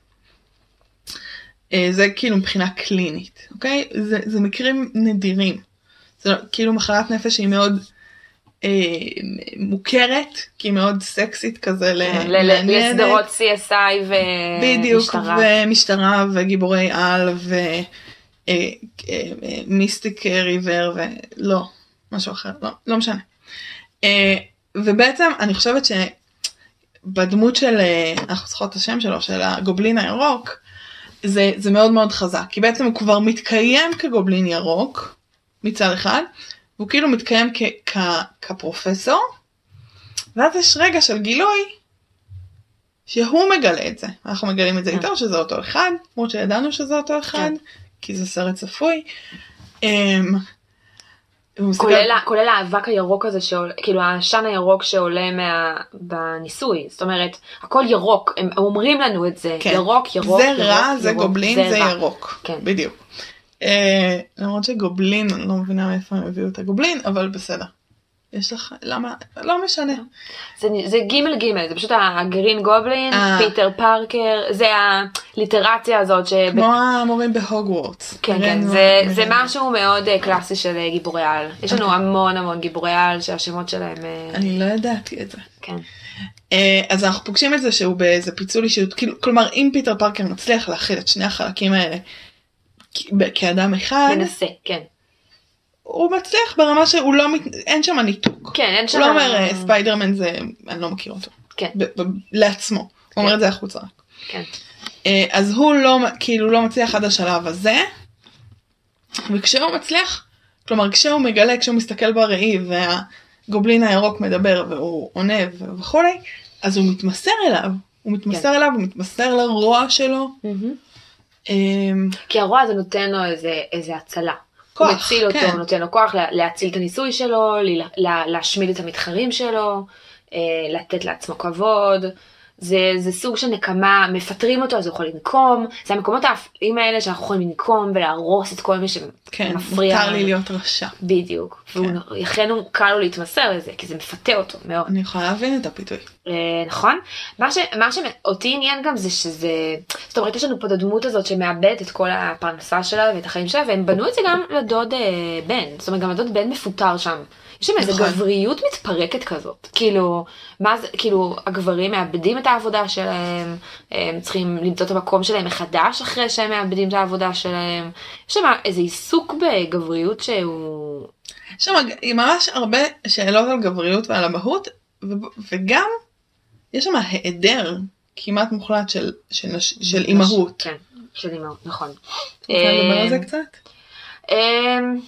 S1: אה, זה כאילו מבחינה קלינית, אוקיי? זה, זה מקרים נדירים. זה לא- כאילו מחלת נפש היא מאוד אה, מוכרת, כי היא מאוד סקסית כזה
S2: כן, ל- ל-
S1: מעניינת.
S2: לסדרות אה, CSI
S1: בדיוק,
S2: ומשטרה.
S1: ומשטרה וגיבורי על אה, ומיסטיק אה, ריבר ולא, משהו אחר, לא, לא משנה. אה, ובעצם אני חושבת שבדמות של, אה, אנחנו צריכות את השם שלו, של הגובלין הירוק, זה, זה מאוד מאוד חזק, כי בעצם הוא כבר מתקיים כגובלין ירוק מצד אחד, והוא כאילו מתקיים כ, כ, כפרופסור, ואז יש רגע של גילוי שהוא מגלה את זה, אנחנו מגלים את זה
S2: כן.
S1: איתו שזה אותו אחד, למרות שידענו שזה אותו אחד,
S2: כן.
S1: כי זה סרט צפוי. אמ, והוא מסתכל-
S2: כולל, ה- כולל האבק הירוק הזה שעולה, כאילו העשן הירוק שעולה מה, בניסוי, זאת אומרת, הכל ירוק, הם אומרים לנו את זה,
S1: כן.
S2: ירוק, ירוק,
S1: זה
S2: ירוק,
S1: רע, זה
S2: ירוק,
S1: גובלין, זה
S2: רע.
S1: ירוק.
S2: כן.
S1: בדיוק. אה, למרות שגובלין, אני לא מבינה מאיפה הם הביאו את הגובלין, אבל בסדר. יש לך, למה, לא משנה.
S2: זה, זה גימל גימל, זה פשוט הגרין גובלין,
S1: אה.
S2: פיטר פארקר, זה הליטרציה הזאת, ש...
S1: כמו המורים בהוגוורטס. לא
S2: כן, כן,
S1: ראינו-
S2: זה,
S1: ראינו.
S2: זה משהו מאוד אה, קלאסי של אה, גיבורי על. יש לנו המון המון גיבורי על שהשמות שלהם, אה,
S1: אוקיי. אני לא ידעתי את זה.
S2: כן.
S1: אה, אז אנחנו פוגשים את זה שהוא באיזה פיצול אישיות, כאילו, כלומר, אם פיטר פארקר מצליח להכיל את שני החלקים האלה כ- ב- כאדם אחד,
S2: מנסה, כן.
S1: הוא מצליח ברמה שהוא לא, מת... אין שם ניתוק.
S2: כן, אין שם...
S1: הוא לא אומר "אה, ספיידרמן זה, אני לא מכיר אותו.
S2: כן.
S1: ב- ב- לעצמו. הוא אומר את זה החוצה.
S2: כן.
S1: אה, אז הוא לא, כאילו לא מצליח עד השלב הזה, וכשהוא מצליח, כלומר כשהוא מגלה, כשהוא מסתכל בראי והגובלין הירוק מדבר והוא עונה ו- וכולי, אז הוא מתמסר אליו, הוא מתמסר
S2: כן.
S1: אליו, הוא מתמסר לרוע שלו,
S2: מהמם.
S1: אה,
S2: כי הרוע הזה נותן לו איזה, איזה הצלה.
S1: כוח,
S2: הוא מציל אותו,
S1: כן.
S2: הוא נותן לו כוח לה, להציל את הניסוי שלו, לה, לה, להשמיד את המתחרים שלו, אה, לתת לעצמו כבוד, זה, זה סוג של נקמה, מפטרים אותו אז הוא יכול לנקום, זה המקומות האפלים האלה שאנחנו יכולים לנקום ולהרוס את כל מי
S1: כן,
S2: שמפריע.
S1: מותר לי
S2: לנו.
S1: להיות רשע.
S2: בדיוק,
S1: כן.
S2: ולכן הוא קל לו להתמסר לזה, כי זה מפתה אותו מאוד.
S1: אני יכולה להבין את הפיתוי.
S2: אה, נכון? מה, ש, מה שאותי עניין גם זה שזה, זאת אומרת יש לנו פה את הדמות הזאת שמאבדת את כל הפרנסה שלה ואת החיים שלה, והם בנו את זה גם לדוד אה, בן, זאת אומרת גם לדוד בן מפוטר שם. יש שם איזו
S1: נכון.
S2: גבריות מתפרקת כזאת, כאילו, מה זה, כאילו, הגברים מאבדים את העבודה שלהם, הם צריכים למצוא את המקום שלהם מחדש אחרי שהם מאבדים את העבודה שלהם, יש שם איזה עיסוק בגבריות שהוא,
S1: יש שם ממש הרבה שאלות על גבריות ועל אבהות, ו- וגם יש שם היעדר כמעט מוחלט של, של, נש- של אימהות.
S2: כן, של אימהות, נכון.
S1: את רוצה לדבר על זה
S2: אה,
S1: קצת?
S2: אמ,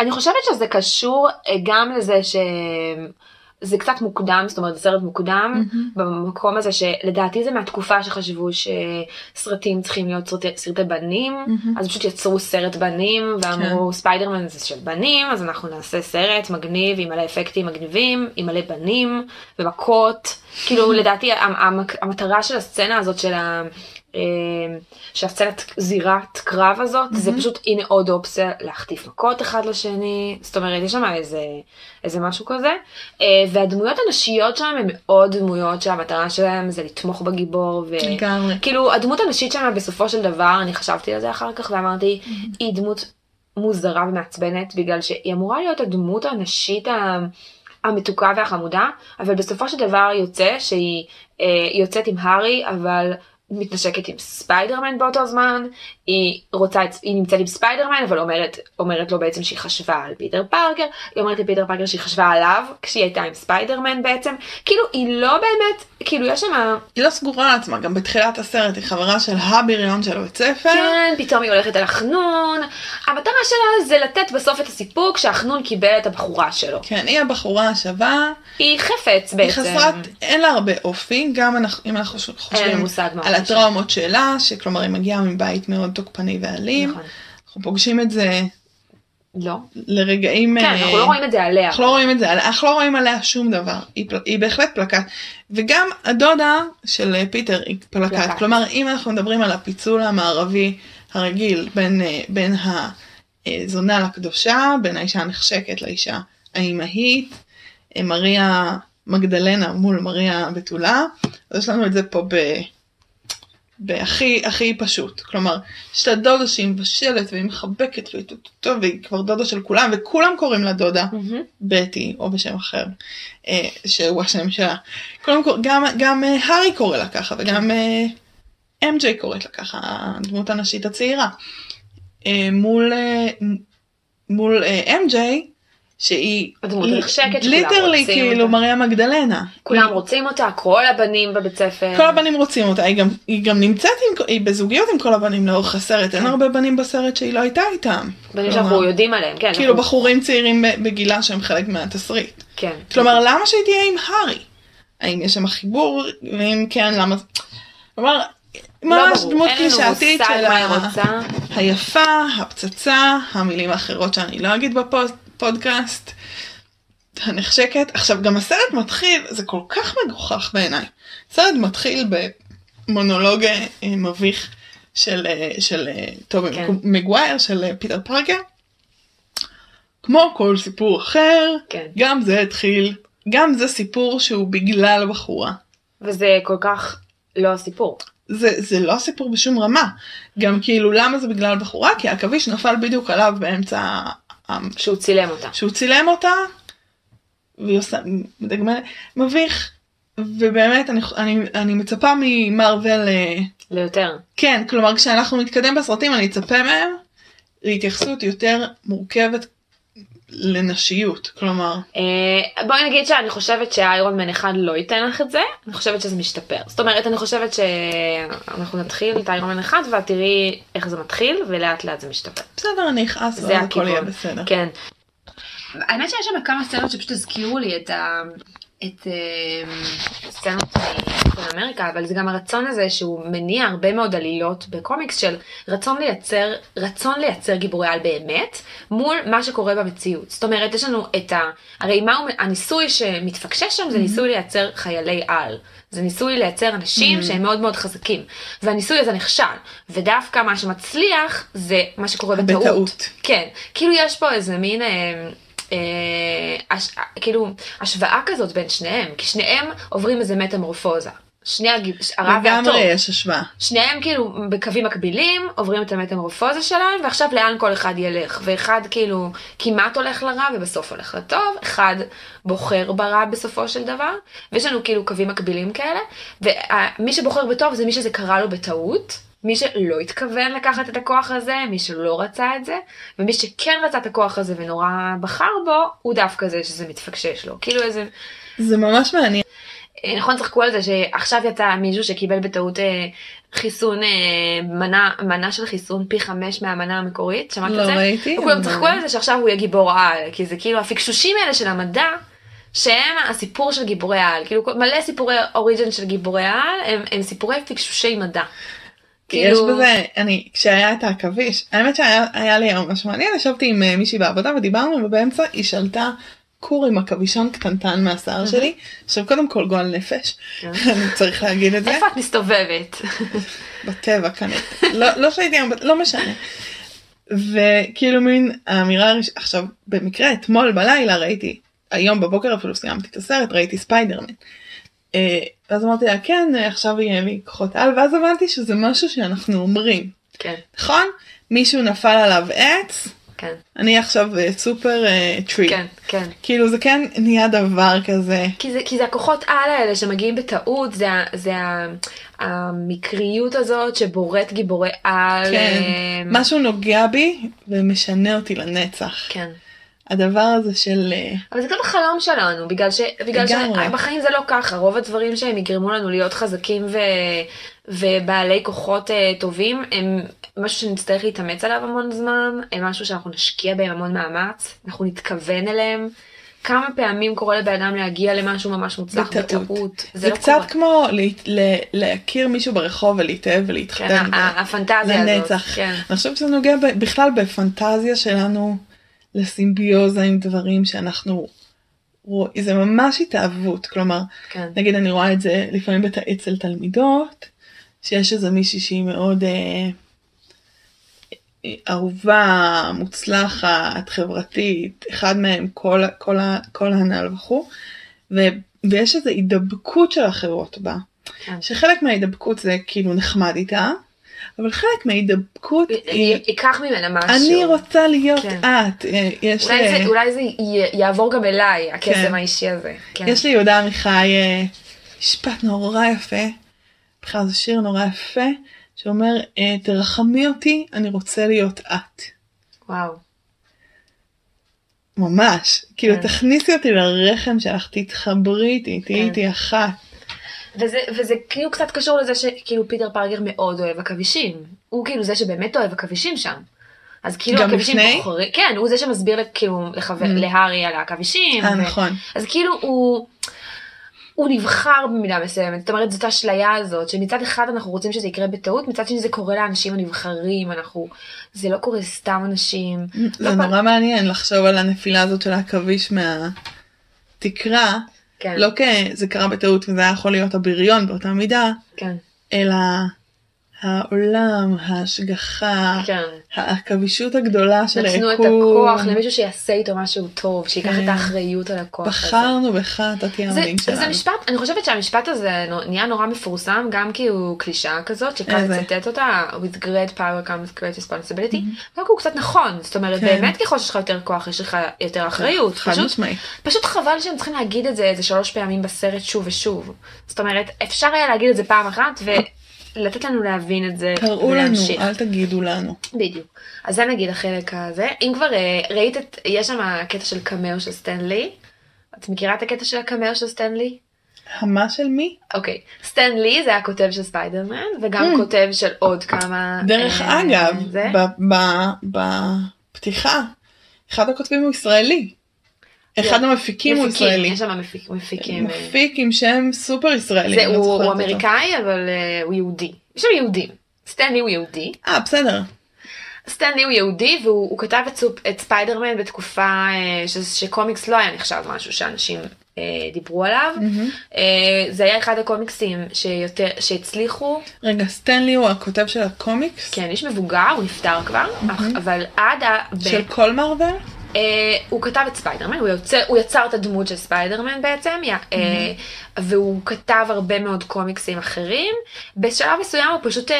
S2: אני חושבת שזה קשור אה, גם לזה שזה קצת מוקדם, זאת אומרת זה סרט מוקדם, במקום הזה שלדעתי זה מהתקופה שחשבו שסרטים צריכים להיות סרטי, סרטי בנים,
S1: מהמם. כן.
S2: אז פשוט יצרו סרט בנים ואמרו ספיידרמן זה של בנים, אז אנחנו נעשה סרט מגניב עם מלא אפקטים מגניבים, עם מלא בנים ומכות, כאילו לדעתי המ- המק- המטרה של הסצנה הזאת של ה... אמ, שהסצנת זירת קרב הזאת זה
S1: מהמם.
S2: פשוט הנה עוד אופציה להחטיף מכות אחד לשני זאת אומרת יש שם איזה איזה משהו כזה אה, והדמויות הנשיות שם הן מאוד דמויות שהמטרה שלהם זה לתמוך בגיבור וכאילו
S1: לגמרי.
S2: כאילו, הדמות הנשית שם בסופו של דבר אני חשבתי על זה אחר כך ואמרתי היא דמות מוזרה ומעצבנת בגלל שהיא אמורה להיות הדמות הנשית ה- המתוקה והחמודה אבל בסופו של דבר יוצא שהיא אה, יוצאת עם הארי אבל מתנשקת עם ספיידרמן באותו זמן היא רוצה את- היא נמצאת עם ספיידרמן אבל אומרת אומרת לו בעצם שהיא חשבה על פיטר פארקר היא אומרת לפיטר פארקר שהיא חשבה עליו כשהיא הייתה עם ספיידרמן בעצם כאילו היא לא באמת כאילו יש שם
S1: היא לא סגורה על עצמה, גם בתחילת הסרט היא חברה של הבריון של הבית ספר.
S2: כן, פתאום היא הולכת על החנון. המטרה שלה זה לתת בסוף את הסיפוק שהחנון קיבל את הבחורה שלו.
S1: כן, היא הבחורה השווה,
S2: היא חפץ
S1: היא
S2: בעצם.
S1: חסרת, אין לה הרבה אופי, גם אנחנו- אם אנחנו
S2: אין לי
S1: חושבים
S2: מושג מה
S1: על
S2: זה
S1: הטראומות שלה, שכלומר היא מגיעה מבית מאוד תוקפני
S2: שם.
S1: ואלים,
S2: נכון.
S1: אנחנו פוגשים את זה
S2: לא.
S1: לרגעים,
S2: כן,
S1: אה,
S2: אנחנו לא רואים את זה עליה.
S1: אנחנו לא רואים את זה, אנחנו לא רואים עליה שום דבר, היא, פל... היא בהחלט פלקט, וגם הדודה של אה, פיטר היא פלקט,
S2: פלקט.
S1: כלומר אם אנחנו מדברים על הפיצול המערבי הרגיל בין, אה, בין הזונה לקדושה, בין האישה הנחשקת לאישה האימהית, אה, מריה מגדלנה מול מריה בתולה, אז יש לנו את זה פה ב... בהכי הכי פשוט, כלומר, יש לה דודה שהיא מבשלת והיא מחבקת והיא טו-טו-טו, והיא כבר דודה של כולם וכולם קוראים לה דודה,
S2: מהמם.
S1: בטי או בשם אחר אה, שהוא השם שלה. קודם כל גם, גם אה, הארי קורא לה ככה וגם אה, אמג'יי קוראת לה ככה הדמות הנשית הצעירה. אה, מול אה, מול אה, אמג'יי שהיא
S2: הדמות הנחשקת שכולם
S1: ליטרלי
S2: רוצים
S1: כאילו
S2: אותה.
S1: מריה מגדלנה.
S2: כולם רוצים אותה, כל הבנים בבית ספר.
S1: כל הבנים רוצים אותה, היא גם, היא גם נמצאת, עם, כל- היא בזוגיות עם כל הבנים לאורך הסרט, אין
S2: כן.
S1: הרבה בנים בסרט שהיא לא הייתה איתם.
S2: בנים
S1: כלומר,
S2: שאנחנו יודעים עליהם, כן.
S1: כאילו
S2: אנחנו-
S1: בחורים צעירים בגילה שהם חלק מהתסריט.
S2: כן.
S1: כלומר, למה שהיא תהיה עם הארי? האם יש שם חיבור? ואם כן, למה... זה- כלומר,
S2: לא
S1: ממש
S2: ברור.
S1: דמות
S2: אין לנו
S1: קלישאתית
S2: מושג
S1: של
S2: מה
S1: ה-
S2: היא רוצה.
S1: היפה, הפצצה, המילים האחרות שאני לא אגיד בפודקאסט, הנחשקת. עכשיו, גם הסרט מתחיל, זה כל כך מגוחך בעיניי. הסרט מתחיל במונולוג אה, מביך של, אה, של אה, טובי
S2: כן.
S1: מגווייר, של אה, פיטר פארקר. כמו כל סיפור אחר,
S2: כן.
S1: גם זה התחיל, גם זה סיפור שהוא בגלל בחורה.
S2: וזה כל כך לא הסיפור.
S1: זה, זה לא סיפור בשום רמה. גם כאילו, למה זה בגלל בחורה? כי העכביש נפל בדיוק עליו באמצע... ה- ה-
S2: שהוא צילם אותה.
S1: שהוא צילם אותה, והיא עושה... מדגמלת, מביך. ובאמת, אני, אני, אני מצפה ממרוויל... אה,
S2: ליותר.
S1: כן, כלומר, כשאנחנו נתקדם בסרטים, אני אצפה מהם להתייחסות יותר מורכבת לנשיות. כלומר,
S2: אה, בואי נגיד שאני חושבת שאיירון מן אחד לא ייתן לך את זה, אני חושבת שזה משתפר. זאת אומרת, אני חושבת שאנחנו נתחיל את איירון מן אחד ואת תראי איך זה מתחיל ולאט לאט זה משתפר.
S1: בסדר, אני אכעס,
S2: זה
S1: ואז הכל יהיה
S2: הכיוון.
S1: בסדר.
S2: כן. האמת שיש שם כמה סצנות שפשוט הזכירו לי את ה... את אה, סצנות מ- בצפון אמריקה, אבל זה גם הרצון הזה שהוא מניע הרבה מאוד עלילות בקומיקס של רצון לייצר, רצון לייצר גיבורי על באמת, מול מה שקורה במציאות. זאת אומרת, יש לנו את ה... הרי מה הוא... הניסוי שמתפקשש שם זה ניסוי לייצר חיילי על. זה ניסוי לייצר אנשים שהם מאוד מאוד חזקים. והניסוי הזה נכשל, ודווקא מה שמצליח זה מה שקורה בטעות.
S1: בטעות.
S2: כן, כאילו יש פה איזה מין... אה, אה, הש, אה, כאילו השוואה כזאת בין שניהם, כי שניהם עוברים איזה מטמורפוזה. שני הגיב... הרע והטוב.
S1: לגמרי יש השוואה.
S2: שניהם כאילו בקווים מקבילים, עוברים את המטמורפוזה שלהם, ועכשיו לאן כל אחד ילך. ואחד כאילו כמעט הולך לרע ובסוף הולך לטוב, אחד בוחר ברע בסופו של דבר, ויש לנו כאילו קווים מקבילים כאלה, ומי שבוחר בטוב זה מי שזה קרה לו בטעות. מי שלא התכוון לקחת את הכוח הזה, מי שלא רצה את זה, ומי שכן רצה את הכוח הזה ונורא בחר בו, הוא דווקא זה שזה מתפקשש לו. כאילו איזה
S1: זה ממש מעניין.
S2: אה, נכון צחקו על זה שעכשיו יצא מישהו שקיבל בטעות אה, חיסון, אה, מנה, מנה של חיסון פי חמש מהמנה המקורית, שמעת
S1: לא
S2: את זה?
S1: ראיתי,
S2: וכולם
S1: אבל-
S2: צחקו על זה שעכשיו הוא יהיה גיבור על, כי זה כאילו הפקשושים האלה של המדע, שהם הסיפור של גיבורי העל, כאילו כל- מלא סיפורי אוריג'ן של גיבורי העל, הם, הם סיפורי פקשושי מדע.
S1: יש
S2: כאילו-
S1: בזה, אני, כשהיה את העכביש, האמת שהיה היה לי היום משהו מעניין, ישבתי עם אה, מישהי בעבודה ודיברנו, ובאמצע היא שלטה כור עם עכבישון קטנטן מהשיער שלי. עכשיו קודם כל גועל נפש, <laughs> אני צריך להגיד את זה.
S2: איפה את מסתובבת? <laughs>
S1: בטבע כנראה. לא, לא שהייתי היום, בת- לא משנה. וכאילו מין האמירה הראשונה, עכשיו במקרה אתמול בלילה ראיתי, היום בבוקר אפילו סיימתי את הסרט, ראיתי ספיידרמן. אה, ואז אמרתי לה כן אה, עכשיו יהיה לי כוחות על ואז הבנתי שזה משהו שאנחנו אומרים
S2: כן,
S1: נכון מישהו נפל עליו עץ
S2: כן,
S1: אני עכשיו אה, סופר אה, טרי
S2: כן, כן.
S1: כאילו זה כן נהיה דבר כזה
S2: כי זה, כי זה הכוחות על האלה שמגיעים בטעות, זה, ה- זה ה- המקריות הזאת שבורט גיבורי על.
S1: כן
S2: אה,
S1: משהו נוגע בי ומשנה אותי לנצח
S2: כן.
S1: הדבר הזה של אה,
S2: אבל זה גם החלום שלנו, בגלל, ש... בגלל
S1: לגמרי.
S2: שבחיים זה לא ככה, רוב הדברים שהם יגרמו לנו להיות חזקים ו... ובעלי כוחות uh, טובים, הם משהו שנצטרך להתאמץ עליו המון זמן, הם משהו שאנחנו נשקיע בהם המון מאמץ, אנחנו נתכוון אליהם. כמה פעמים קורה לבן אדם להגיע למשהו ממש מוצלח
S1: בטעות.
S2: בטעות,
S1: זה,
S2: לא
S1: קצת
S2: קורה.
S1: כמו להת, ל, להכיר מישהו ברחוב ולהתאהב ולהתחתן.
S2: כן,
S1: איתו.
S2: ה- הפנטזיה הזאת.
S1: לנצח.
S2: כן.
S1: אני חושבת שזה נוגע ב, בכלל בפנטזיה שלנו לסימביוזה עם דברים שאנחנו רואים, זה ממש התאהבות. כלומר,
S2: כן.
S1: נגיד אני רואה את זה לפעמים בת, אצל תלמידות, שיש איזה מישהי שהיא מאוד אה, אה, אהובה, מוצלחת, חברתית, אחד מהם כל, ה- כל, ה- כל הנעל וכו', ו- ויש איזו הידבקות של החברות בה,
S2: כן.
S1: שחלק מההידבקות זה כאילו נחמד איתה, אבל חלק מההידבקות היא,
S2: י- ייקח ממנה משהו.
S1: אני רוצה להיות
S2: כן.
S1: את, אה, יש
S2: אולי
S1: לי...
S2: זה, אולי זה י- יעבור גם אליי, הקסם
S1: כן.
S2: האישי הזה. כן.
S1: יש לי יהודה עמיחי אה, משפט נורא יפה, בכלל זה שיר נורא יפה, שאומר אה, תרחמי אותי, אני רוצה להיות את.
S2: וואו.
S1: ממש. כאילו
S2: כן.
S1: תכניסי אותי לרחם שלך, תתחברי איתי, תהיי
S2: כן.
S1: איתי אחת.
S2: וזה, וזה כאילו קצת קשור לזה שכאילו פיטר פרגר מאוד אוהב עכבישים. הוא כאילו זה שבאמת אוהב עכבישים שם. אז כאילו
S1: גם
S2: עכבישים
S1: לפני? Mm.
S2: בוחרים, כן, הוא זה שמסביר לכ- כאילו לחבר, להארי על העכבישים.
S1: אה
S2: ו-
S1: נכון.
S2: אז כאילו הוא... הוא נבחר במידה מסוימת, זאת אומרת זאת האשליה הזאת, שמצד אחד אנחנו רוצים שזה יקרה בטעות, מצד שני זה קורה לאנשים הנבחרים, אנחנו, זה לא קורה סתם אנשים. לא
S1: זה
S2: פ-
S1: נורא מעניין לחשוב על הנפילה הזאת של העכביש מהתקרה.
S2: כן,
S1: לא כזה קרה בטעות וזה היה יכול להיות הבריון באותה מידה,
S2: כן,
S1: אלא העולם, ההשגחה,
S2: כן.
S1: העכבישות הגדולה של
S2: נתנו את הכוח למישהו שיעשה איתו משהו טוב, שייקח
S1: כן.
S2: את האחריות על הכוח הזה.
S1: בחרנו בך, אתה תהיה
S2: זה,
S1: המנהיג
S2: זה
S1: שלנו.
S2: משפט, אני חושבת שהמשפט הזה נו- נהיה נורא מפורסם, גם כי הוא קלישאה כזאת, שקל
S1: איזה?
S2: לצטט אותה, with great power comes great responsibility, רק הוא קצת נכון, זאת אומרת,
S1: כן.
S2: באמת ככל שיש לך יותר כוח, יש לך יותר אחריות,
S1: חד
S2: פשוט
S1: משמעית.
S2: פשוט חבל שהם צריכים להגיד את זה איזה שלוש פעמים בסרט שוב ושוב. זאת אומרת, אפשר היה להגיד את זה פעם אחת ולתת לנו להבין את זה
S1: קראו לנו,
S2: ולהמשיך.
S1: אל תגידו לנו.
S2: בדיוק. אז זה נגיד החלק הזה. אם כבר אה, ראית את, יש שם קטע של קמאו של סטנלי. את מכירה את הקטע של הקמאו של סטנלי?
S1: המה של מי?
S2: אוקיי, סטן לי זה הכותב של ספיידרמן, וגם כותב של עוד כמה...
S1: Hmm. דרך
S2: אה,
S1: אגב,
S2: זה.
S1: ב- ב- בפתיחה, אחד הכותבים הוא ישראלי. אחד המפיקים הוא
S2: מפיקים,
S1: ישראלי.
S2: יש שם מפיק- מפיקים. אה,
S1: מפיק עם שם סופר ישראלי.
S2: זה,
S1: אני לא
S2: הוא-
S1: זוכרת
S2: הוא
S1: אותו.
S2: אמריקאי, אבל אה, הוא יהודי. יש שם יהודים. סטנלי הוא יהודי.
S1: אה, בסדר.
S2: סטנלי הוא יהודי, והוא הוא כתב את, סופ, את ספיידרמן בתקופה אה, ש, שקומיקס לא היה נחשב משהו שאנשים אה, דיברו עליו.
S1: Mm-hmm.
S2: אה, זה היה אחד הקומיקסים שיותר, שהצליחו.
S1: רגע, סטנלי הוא הכותב של הקומיקס?
S2: כן, איש מבוגר, הוא נפטר כבר, אך, אבל עד ה... ב-
S1: Mm-hmm. של כל מארוול?
S2: אה, הוא כתב את ספיידרמן, הוא, יוצא, הוא יצר את הדמות של ספיידרמן בעצם, יא- אה, והוא כתב הרבה מאוד קומיקסים אחרים. בשלב מסוים הוא פשוט אה,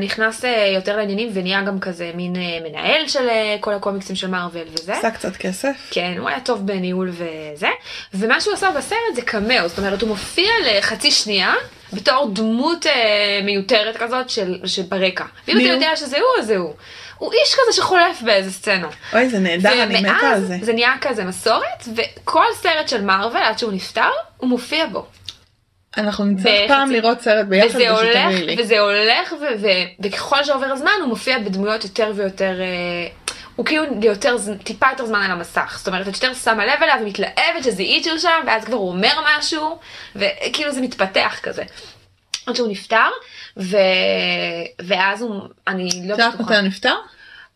S2: נכנס אה, יותר לעניינים ונהיה גם כזה מין אה, מנהל של אה, כל הקומיקסים של מארוול וזה.
S1: עשה קצת כסף?
S2: כן, הוא היה טוב בניהול וזה. ומה שהוא עשה בסרט זה קמאו, זאת אומרת, הוא מופיע לחצי שנייה בתור דמות אה, מיותרת כזאת של, שברקע. ואם
S1: מי
S2: אתה
S1: הוא?
S2: יודע שזה הוא, אז זה הוא. הוא איש כזה שחולף באיזה סצנה.
S1: אוי, זה נהדר, אני מתה על זה.
S2: זה נהיה כזה מסורת, וכל סרט של מארוול עד שהוא נפטר, הוא מופיע בו.
S1: אנחנו נצטרך
S2: בחצי-
S1: פעם לראות סרט ביחד
S2: וזה הולך,
S1: ושתביאי לי.
S2: וזה לא הולך, ו- ו- וככל שעובר הזמן הוא מופיע בדמויות יותר ויותר, אה, הוא כאילו ליותר, ז- טיפה יותר זמן על המסך. זאת אומרת, את יותר שמה לב אליו, מתלהבת שזה איצ'ל שם, ואז כבר הוא אומר משהו, וכאילו זה מתפתח כזה. עד שהוא נפטר, ו... ואז הוא, אני לא
S1: את יודעת מתי
S2: בטוחה,
S1: הוא נפטר?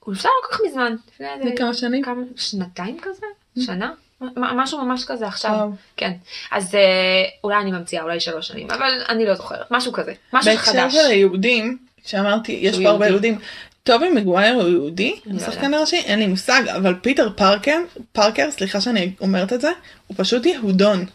S2: הוא נפטר לא כל כך מזמן, לפני איזה-
S1: לפני כמה שנים? Mm-hmm.
S2: כמה, שנתיים כזה? שנה? מ- משהו ממש כזה עכשיו,
S1: וואו.
S2: כן. אז אה, אולי אני ממציאה, אולי שלוש שנים, אבל אני לא זוכרת, משהו כזה, משהו
S1: בהקשר
S2: חדש.
S1: של היהודים, כשאמרתי, יש
S2: שהוא
S1: פה הרבה
S2: יהודי.
S1: יהודים. טובי מגווייר הוא יהודי,
S2: לא
S1: השחקן הראשי, אין לי מושג, אבל פיטר פארקר, פארקר, סליחה שאני אומרת את זה, הוא פשוט יהודון.
S2: <laughs>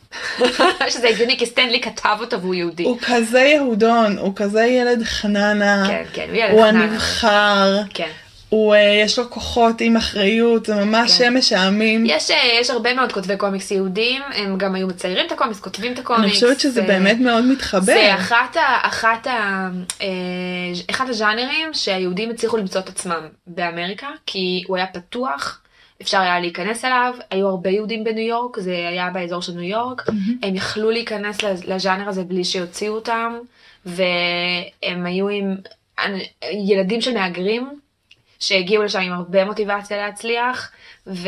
S2: שזה הגיוני, כי סטנלי כתב אותו והוא יהודי.
S1: הוא כזה יהודון, הוא כזה ילד חננה,
S2: כן, כן, הוא ילד
S1: הוא
S2: חנן.
S1: הנבחר,
S2: כן.
S1: הוא אה, יש לו כוחות עם אחריות, זה ממש
S2: כן.
S1: שמש העמים.
S2: יש, אה, יש הרבה מאוד כותבי קומיקס יהודים, הם גם היו מציירים את הקומיקס, כותבים את הקומיקס.
S1: אני חושבת שזה
S2: אה,
S1: באמת מאוד
S2: זה
S1: מתחבר.
S2: אחת ה, אחת ה, אה, אחד הז'אנרים שהיהודים הצליחו למצוא את עצמם באמריקה, כי הוא היה פתוח, אפשר היה להיכנס אליו, היו הרבה יהודים בניו יורק, זה היה באזור של ניו יורק, הם יכלו להיכנס לז- לז'אנר הזה בלי שיוציאו אותם, והם היו עם אנ- ילדים של מהגרים, שהגיעו לשם עם הרבה מוטיבציה להצליח, ו...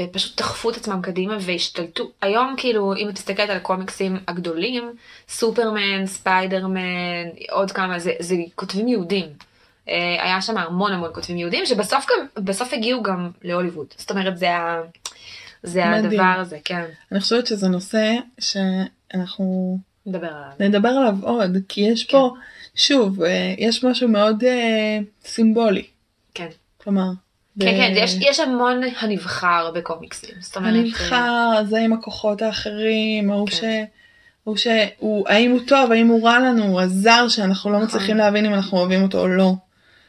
S2: ופשוט דחפו את עצמם קדימה והשתלטו. היום כאילו, אם את מסתכלת על הקומיקסים הגדולים, סופרמן, ספיידרמן, עוד כמה, זה, זה כותבים יהודים. אה, היה שם המון המון כותבים יהודים, שבסוף גם, בסוף הגיעו גם להוליווד. זאת אומרת, זה, ה... זה
S1: מדהים.
S2: הדבר הזה, כן.
S1: אני חושבת שזה נושא שאנחנו
S2: נדבר עליו.
S1: נדבר עליו עוד, כי יש
S2: כן.
S1: פה, שוב, אה, יש משהו מאוד אה, סימבולי.
S2: כן.
S1: כלומר,
S2: כן, כן, יש, יש המון הנבחר בקומיקסים. זאת אומרת, אה,
S1: הנבחר, זה עם הכוחות האחרים, ההוא
S2: כן.
S1: ש... הוא ש... הוא... האם הוא טוב, האם הוא רע לנו, הוא הזר שאנחנו לא
S2: נכון.
S1: מצליחים להבין אם אנחנו אוהבים אותו או לא.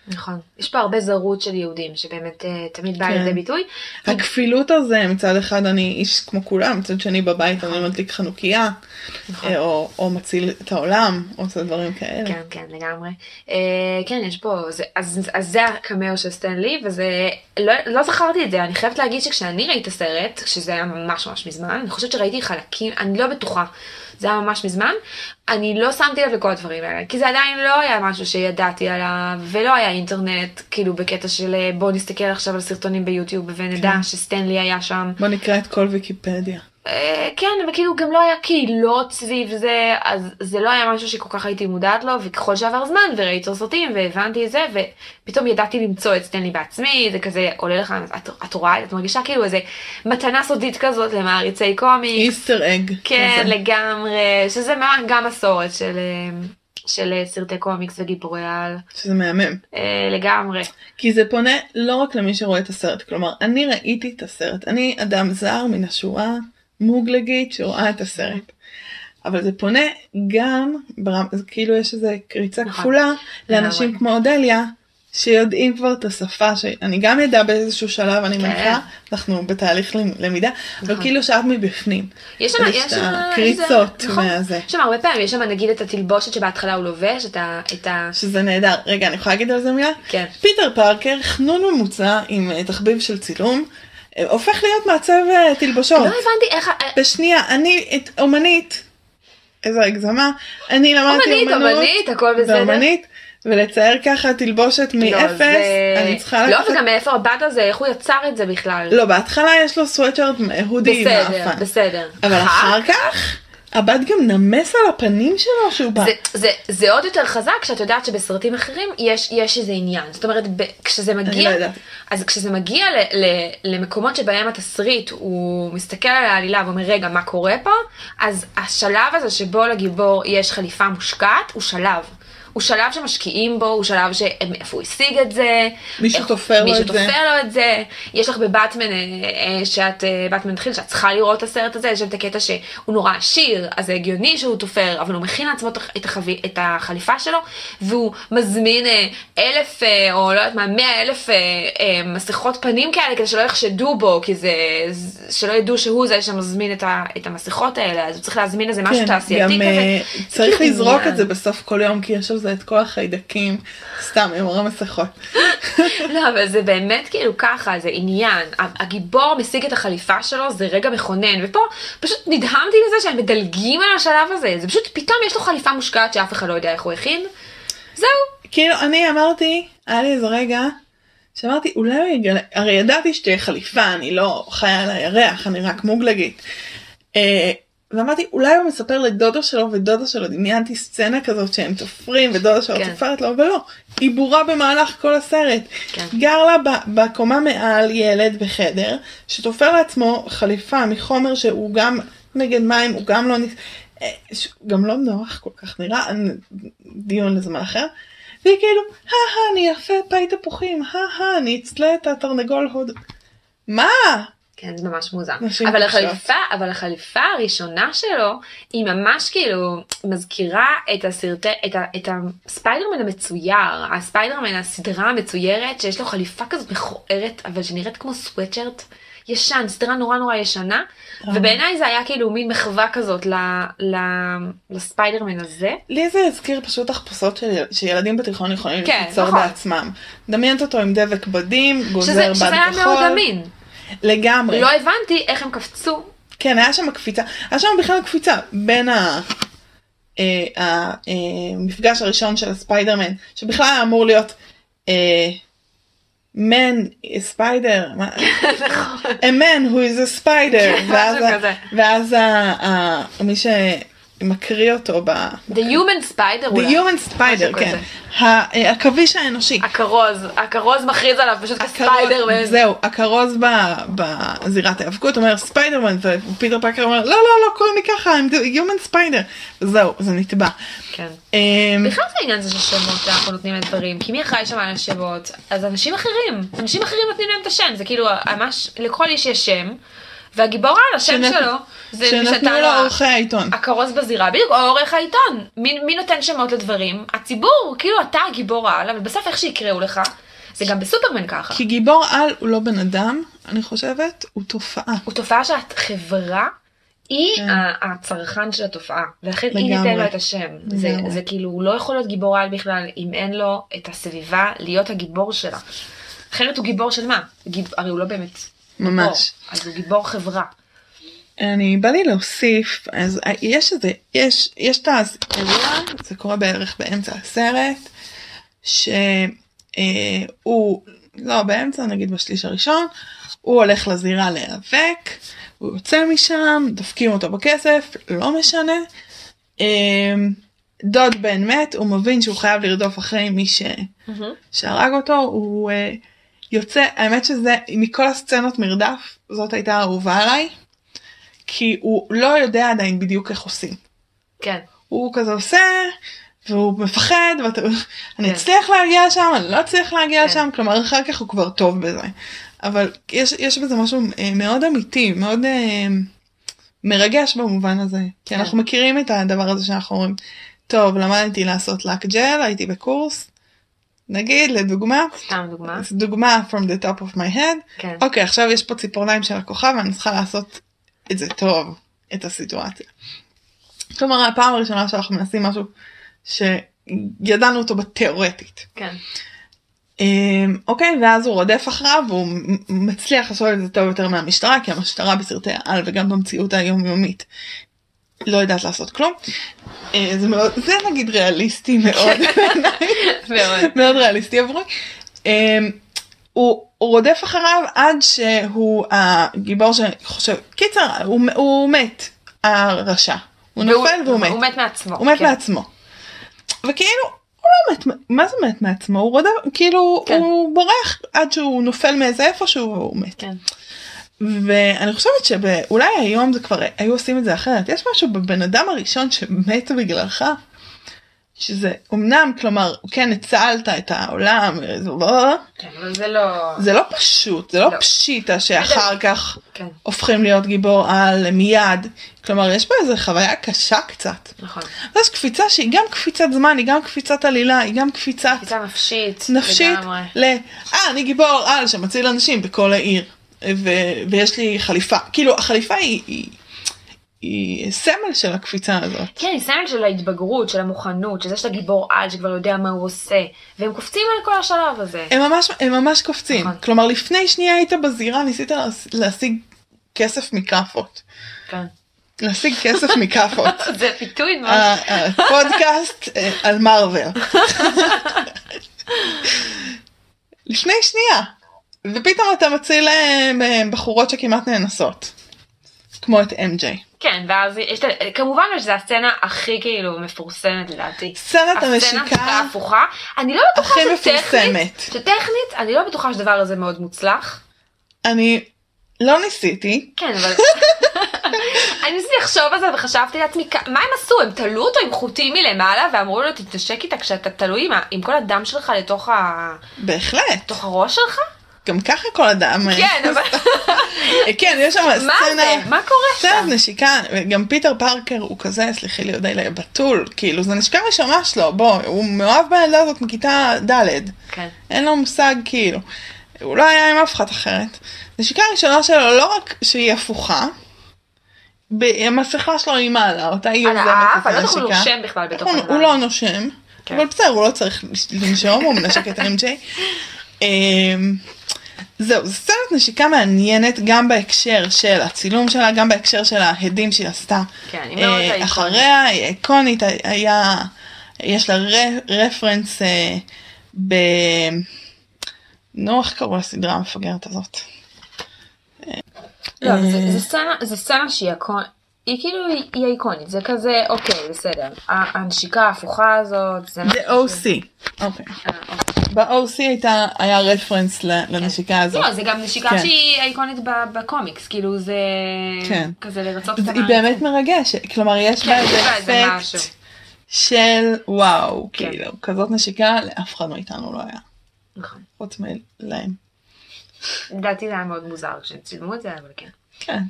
S2: נכון. יש פה הרבה זרות של יהודים, שבאמת אה, תמיד באה
S1: כן.
S2: לידי ביטוי.
S1: הכפילות הזה, מצד אחד אני איש כמו כולם, מצד שני בבית
S2: נכון.
S1: אני מדליק חנוכיה,
S2: נכון.
S1: אה, או, או מציל את העולם, או עושה דברים כאלה.
S2: כן, כן, לגמרי. אה, כן, יש פה, זה, אז, אז זה הקמאו של סטנלי, וזה, לא, לא זכרתי את זה, אני חייבת להגיד שכשאני ראיתי את הסרט, שזה היה ממש ממש מזמן, אני חושבת שראיתי חלקים, אני לא בטוחה, זה היה ממש מזמן, אני לא שמתי לב לכל הדברים האלה, כי זה עדיין לא היה משהו שידעתי עליו, ולא היה אינטרנט, כאילו בקטע של אה, בוא נסתכל עכשיו על סרטונים ביוטיוב ונדע
S1: כן.
S2: שסטנלי היה שם.
S1: בוא נקרא את כל ויקיפדיה.
S2: אה, כן, וכאילו גם לא היה קהילות סביב זה, אז זה לא היה משהו שכל כך הייתי מודעת לו, וככל שעבר זמן, וראיתי את הסרטים, והבנתי את זה, ופתאום ידעתי למצוא את סטנלי בעצמי, זה כזה עולה לך, את, את רואה, את מרגישה כאילו איזה מתנה סודית כזאת למעריצי קומיקס,
S1: איסטר אג.
S2: כן,
S1: כזה.
S2: לגמרי, שזה ממש גם מסורת של, אה, של אה, סרטי קומיקס וגיבורי על,
S1: שזה מהמם.
S2: אה, לגמרי.
S1: כי זה פונה לא רק למי שרואה את הסרט, כלומר, אני ראיתי את הסרט, אני אדם זר מן השורה מוגלגית שרואה את הסרט. אבל זה פונה גם, ברמ... אז כאילו יש איזו קריצה
S2: נכון.
S1: כפולה לאנשים
S2: לגמרי.
S1: כמו אודליה, שיודעים כבר את השפה, שאני גם ידע באיזשהו שלב, אני
S2: כן.
S1: מניחה, אנחנו בתהליך למ- למידה, אבל
S2: נכון.
S1: כאילו שאת מבפנים.
S2: יש שם,
S1: אז
S2: יש
S1: את
S2: שם,
S1: הקריצות
S2: יש שם- נכון.
S1: מהזה.
S2: יש שם הרבה פעמים, יש שם נגיד את התלבושת שבהתחלה הוא לובש, את ה... את ה...
S1: שזה נהדר. רגע, אני יכולה להגיד על זה מילה?
S2: כן.
S1: פיטר פארקר, חנון ממוצע עם אה, תחביב של צילום, אה, הופך להיות מעצב אה, תלבושות.
S2: לא הבנתי איך... ה-
S1: בשנייה, אני את- אומנית, איזו הגזמה, אני למדתי
S2: אומנית,
S1: אומנות,
S2: אומנית, הכל בסדר. לא,
S1: ואומנית, ולצייר ככה תלבושת מאפס,
S2: זה-
S1: אני צריכה
S2: לא,
S1: לקחת...
S2: וגם מאיפה הבד הזה, איך הוא יצר את זה בכלל.
S1: לא, בהתחלה יש לו סוואטשרט הודי עם
S2: בסדר,
S1: האפה.
S2: בסדר. אה?
S1: אבל
S2: אחר
S1: אחר כך, הבד גם נמס על הפנים שלו שהוא בא.
S2: זה- זה- זה עוד יותר חזק כשאת יודעת שבסרטים אחרים יש, יש איזה עניין. זאת אומרת, ב, כשזה מגיע,
S1: לא יודעת.
S2: אז כשזה מגיע ל, ל, למקומות שבהם התסריט, הוא מסתכל על העלילה ואומר, רגע, מה קורה פה? אז השלב הזה שבו לגיבור יש חליפה מושקעת, הוא שלב. הוא שלב שמשקיעים בו, הוא שלב ש- איפה הוא השיג את זה.
S1: מישהו
S2: איך-
S1: תופר לו
S2: מישהו
S1: את זה.
S2: תופר לו את זה. יש לך בבטמן, אה, אה, שאת, אה, בטמן התחיל, שאת צריכה לראות את הסרט הזה, יש שם את הקטע שהוא נורא עשיר, אז זה הגיוני שהוא תופר, אבל הוא מכין לעצמו את הח- את, החבי, את החליפה שלו, והוא מזמין אה, אלף, אה, או לא יודעת מה, מאה אלף אה, אה, מסכות פנים כאלה, כדי שלא יחשדו בו, כי זה, ז- שלא ידעו שהוא זה שמזמין את, ה, את המסכות האלה, אז הוא צריך להזמין איזה משהו
S1: כן,
S2: תעשייתי
S1: גם,
S2: כזה.
S1: אה,
S2: זה
S1: צריך
S2: כאילו
S1: לזרוק
S2: עניין.
S1: את זה בסוף כל יום, כי יש על זה את כל החיידקים, סתם, הם אומרים מסכות.
S2: <laughs> לא, אבל זה באמת כאילו ככה, זה עניין. הגיבור משיג את החליפה שלו, זה רגע מכונן, ופה פשוט נדהמתי מזה שהם מדלגים על השלב הזה. זה פשוט, פתאום יש לו חליפה מושקעת שאף אחד לא יודע איך הוא הכין. זהו.
S1: כאילו, אני אמרתי, היה לי איזה רגע, שאמרתי, אולי הוא יגלה, הרי ידעתי שתהיה חליפה, אני לא חיה על הירח, אני רק מוגלגית. אה, ואמרתי, אולי הוא מספר לדודו שלו ודודו שלו, דמיינתי סצנה כזאת שהם תופרים ודודו שלו
S2: כן.
S1: תופרת לו, אבל לא, היא בורה במהלך כל הסרט.
S2: כן.
S1: גר לה ב- בקומה מעל ילד בחדר, שתופר לעצמו חליפה מחומר שהוא גם נגד מים, הוא גם לא, נס- אה, ש- גם לא נוח כל כך נראה, אני- דיון לזמן אחר. והיא כאילו, הא אני יפה פאי תפוחים, הא אני אצלה את התרנגול הודו. מה?
S2: כן, זה ממש מוזר.
S1: נשים
S2: אבל
S1: חופשיות.
S2: החליפה, אבל החליפה הראשונה שלו, היא ממש כאילו מזכירה את הסרטי, את, ה, את הספיידרמן המצויר, הספיידרמן הסדרה המצוירת, שיש לו חליפה כזאת מכוערת, אבל שנראית כמו סוואטשרט ישן, סדרה נורא נורא ישנה,
S1: אה.
S2: ובעיניי זה היה כאילו מין מחווה כזאת ל, ל, לספיידרמן הזה.
S1: לי זה הזכיר פשוט תחפושות של- שילדים בתיכון יכולים
S2: כן,
S1: ליצור
S2: נכון.
S1: בעצמם. דמיינת אותו עם דבק בדים,
S2: שזה,
S1: גוזר
S2: שזה היה
S1: בד
S2: מאוד
S1: כחול.
S2: אמין.
S1: לגמרי.
S2: לא הבנתי איך הם קפצו.
S1: כן, היה שם קפיצה. היה שם בכלל קפיצה בין ה... אה, ה- אה, המפגש הראשון של הספיידרמן, שבכלל היה אמור להיות אה, man is spider, מה-
S2: נכון. כן,
S1: a man who is a spider,
S2: משהו
S1: ואז, ה-
S2: כזה.
S1: ואז ה, ה, מי שמקריא אותו ב...
S2: The human spider
S1: אוקיי. The
S2: אולי.
S1: human
S2: כזה.
S1: spider, כן. ה- אה, הכביש האנושי.
S2: הכרוז, הכרוז מכריז עליו פשוט
S1: הכרוז-
S2: כספיידרמן.
S1: זהו, הכרוז ב- בזירת ההיאבקות אומר ספיידרמן, ופיטר פאקר אומר לא לא לא קוראים לי ככה, I'm the human spider. זהו, זה נתבע.
S2: כן.
S1: אמ,
S2: בכלל זה העניין הזה של שמות שאנחנו נותנים לדברים, כי מי אחראי שם על השמות? אז אנשים אחרים, אנשים אחרים נותנים להם את השם, זה כאילו, ממש, לכל איש יש שם, והגיבור על השם
S1: שנת- לא
S2: שלו, זה מי
S1: שנתנו
S2: שאתה
S1: לו
S2: ה-
S1: עורכי העיתון.
S2: הכרוז בזירה, בדיוק, או עורך העיתון. מי, מי נותן שמות לדברים? הציבור, כאילו אתה הגיבור על, אבל בסוף איך שיקראו לך, זה גם בסופרמן ככה.
S1: כי גיבור על הוא לא בן אדם, אני חושבת, הוא תופעה.
S2: הוא תופעה שהחברה היא
S1: כן.
S2: ה- הצרכן של התופעה, ולכן היא
S1: לגמרי.
S2: ניתן לו את השם. זה,
S1: לגמרי.
S2: זה כאילו, הוא לא יכול להיות גיבור על בכלל אם אין לו את הסביבה להיות הגיבור שלה. אחרת הוא גיבור של מה? גיב... הרי הוא לא באמת גיבור,
S1: ממש.
S2: אז הוא גיבור חברה.
S1: אני בא לי להוסיף אז אה, יש איזה יש יש את האירוע זה קורה בערך באמצע הסרט שהוא לא באמצע נגיד בשליש הראשון הוא הולך לזירה להיאבק הוא יוצא משם דופקים אותו בכסף לא משנה. אה, דוד בן מת הוא מבין שהוא חייב לרדוף אחרי מי ש... שהרג אותו הוא אה, יוצא האמת שזה מכל הסצנות מרדף זאת הייתה האהובה עליי. כי הוא לא יודע עדיין בדיוק איך עושים.
S2: כן,
S1: הוא כזה עושה, והוא מפחד, ואתה, אני
S2: כן.
S1: אצליח להגיע שם, אני לא אצליח להגיע
S2: כן.
S1: שם, כלומר אחר כך הוא כבר טוב בזה. אבל יש, יש בזה משהו אה, מאוד אמיתי, מאוד אה, מרגש במובן הזה. כי
S2: כן.
S1: אנחנו מכירים את הדבר הזה שאנחנו אומרים, טוב, למדתי לעשות לק ג'ל, הייתי בקורס, נגיד, לדוגמה,
S2: סתם דוגמה.
S1: זו דוגמה from the top of my head,
S2: כן.
S1: אוקיי, עכשיו יש פה ציפורניים של הכוכב, ואני צריכה לעשות את זה טוב, את הסיטואציה. כלומר, הפעם הראשונה שאנחנו מנסים משהו שידענו אותו בתיאורטית. <laughs>
S2: כן.
S1: אמ, אוקיי, ואז הוא רודף אחריו, והוא מ- מצליח לעשות את זה טוב יותר מהמשטרה, כי המשטרה בסרטי העל וגם במציאות היומיומית לא יודעת לעשות כלום. אה, זה מאוד, זה נגיד ריאליסטי מאוד, בעיניי.
S2: מאוד.
S1: מאוד ריאליסטי עבורי. אמ, הוא, הוא רודף אחריו עד שהוא הגיבור שחושב, קיצר, הוא, הוא מת, הרשע. הוא נופל והוא מת.
S2: הוא מת מעצמו.
S1: הוא מת
S2: כן.
S1: מעצמו. וכאילו, הוא לא מת, מה זה מת מעצמו? הוא רודף, כאילו,
S2: כן.
S1: הוא בורח עד שהוא נופל מאיזה איפשהו והוא מת.
S2: כן.
S1: ואני חושבת שאולי היום זה כבר היו עושים את זה אחרת יש משהו בבן אדם הראשון שמת בגללך. שזה אמנם כלומר כן הצלת את העולם זה לא,
S2: כן, אבל זה לא...
S1: זה לא פשוט זה לא,
S2: לא.
S1: פשיטה שאחר כך
S2: כן,
S1: הופכים להיות גיבור על מיד כלומר יש פה איזה חוויה קשה קצת.
S2: נכון.
S1: אז יש קפיצה שהיא גם קפיצת זמן היא גם קפיצת עלילה היא גם קפיצת
S2: קפיצה נפשית.
S1: נפשית
S2: לגמרי.
S1: ל... אה, אני גיבור על שמציל אנשים בכל העיר, ו... ויש לי חליפה. כאילו, החליפה היא, היא... היא סמל של הקפיצה הזאת.
S2: כן, היא סמל של ההתבגרות, של המוכנות, של זה שאתה גיבור על שכבר יודע מה הוא עושה, והם קופצים על כל השלב הזה.
S1: הם ממש, הם ממש קופצים.
S2: נכון.
S1: כלומר, לפני שנייה היית בזירה, ניסית להס- להשיג כסף מכאפות.
S2: כן.
S1: להשיג כסף מכאפות.
S2: זה פיתוי מאוד.
S1: ה- הפודקאסט אה, על מארוול. לפני שנייה. ופתאום אתה מציל אה, בחורות שכמעט נאנסות. כמו את אמג'יי.
S2: כן, ואז יש את... כמובן שזו הסצנה הכי כאילו מפורסמת לדעתי.
S1: סצנת
S2: הסצנה
S1: המשיקה
S2: הפוכה. אני לא בטוחה
S1: הכי
S2: שטכנית,
S1: מפורסמת.
S2: שטכנית, אני לא בטוחה שהדבר הזה מאוד מוצלח.
S1: אני לא ניסיתי.
S2: כן,
S1: <laughs>
S2: אבל... אני ניסיתי לחשוב על זה וחשבתי לעצמי, כ- מה הם עשו? הם תלו אותו עם חוטים מלמעלה ואמרו לו, תתנשק איתה כשאתה תלוי עם, ה- עם כל הדם שלך לתוך, ה...
S1: בהחלט.
S2: לתוך הראש שלך?
S1: גם ככה כל אדם... אה,
S2: <laughs> כן, אבל
S1: אה, <laughs> כן, יש שם
S2: מה זה?
S1: סצנה...
S2: מה קורה שם?
S1: סצנת נשיקה, גם פיטר פארקר הוא כזה, סליחי לי, יודע, לה, בתול, כאילו, זו נשיקה ראשונה שלו, בוא, הוא מאוהב בילדה הזאת מכיתה ד',
S2: כן,
S1: אין לו מושג, כאילו. הוא לא היה עם אף אחת אחרת. נשיקה ראשונה שלו, לא רק שהיא הפוכה, ב- המסכה שלו היא מעלה אותה, היא
S2: על
S1: יוזמת את
S2: האף, אני לא יודעת איך
S1: הנשיקה.
S2: הוא נושם בכלל בתוך
S1: נכון, הוא לא נושם,
S2: כן.
S1: אבל בסדר, הוא לא צריך לנשום, הוא מנשק את MJ. אמ,
S2: <laughs>
S1: זהו, זו סצנת נשיקה מעניינת גם בהקשר של הצילום שלה, גם בהקשר של ההדים שהיא עשתה.
S2: כן, היא מאוד
S1: אה,
S2: איקונית.
S1: אחריה, היא איקונית, היה, יש לה ר- רפרנס אה, ב... נו, איך קראו לסדרה המפגרת הזאת?
S2: לא, אבל
S1: אה.
S2: זה- זה סצנה- זה סצנה שהיא איקונית, היא כאילו, היא איקונית, זה כזה, אוקיי, בסדר. ה- הנשיקה ההפוכה הזאת, זה משהו
S1: זה OC. אוקיי.
S2: ש- אה, אוקיי.
S1: ב-OC הייתה, היה רפרנס ל- לנשיקה הזאת.
S2: לא, זה גם נשיקה
S1: כן.
S2: שהיא איקונית ב- בקומיקס, כאילו זה
S1: כן.
S2: כזה לרצות את
S1: זה- היא
S2: המערכת.
S1: באמת מרגשת, כלומר יש
S2: כן,
S1: בה
S2: יש בה איזה
S1: איזה
S2: משהו.
S1: אפקט של וואו,
S2: כן.
S1: כאילו, כזאת נשיקה לאף אחד מאיתנו לא היה,
S2: נכון.
S1: חוץ מלהם.
S2: לדעתי זה היה מאוד מוזר כשהם צילמו את זה, אבל כן.
S1: כן.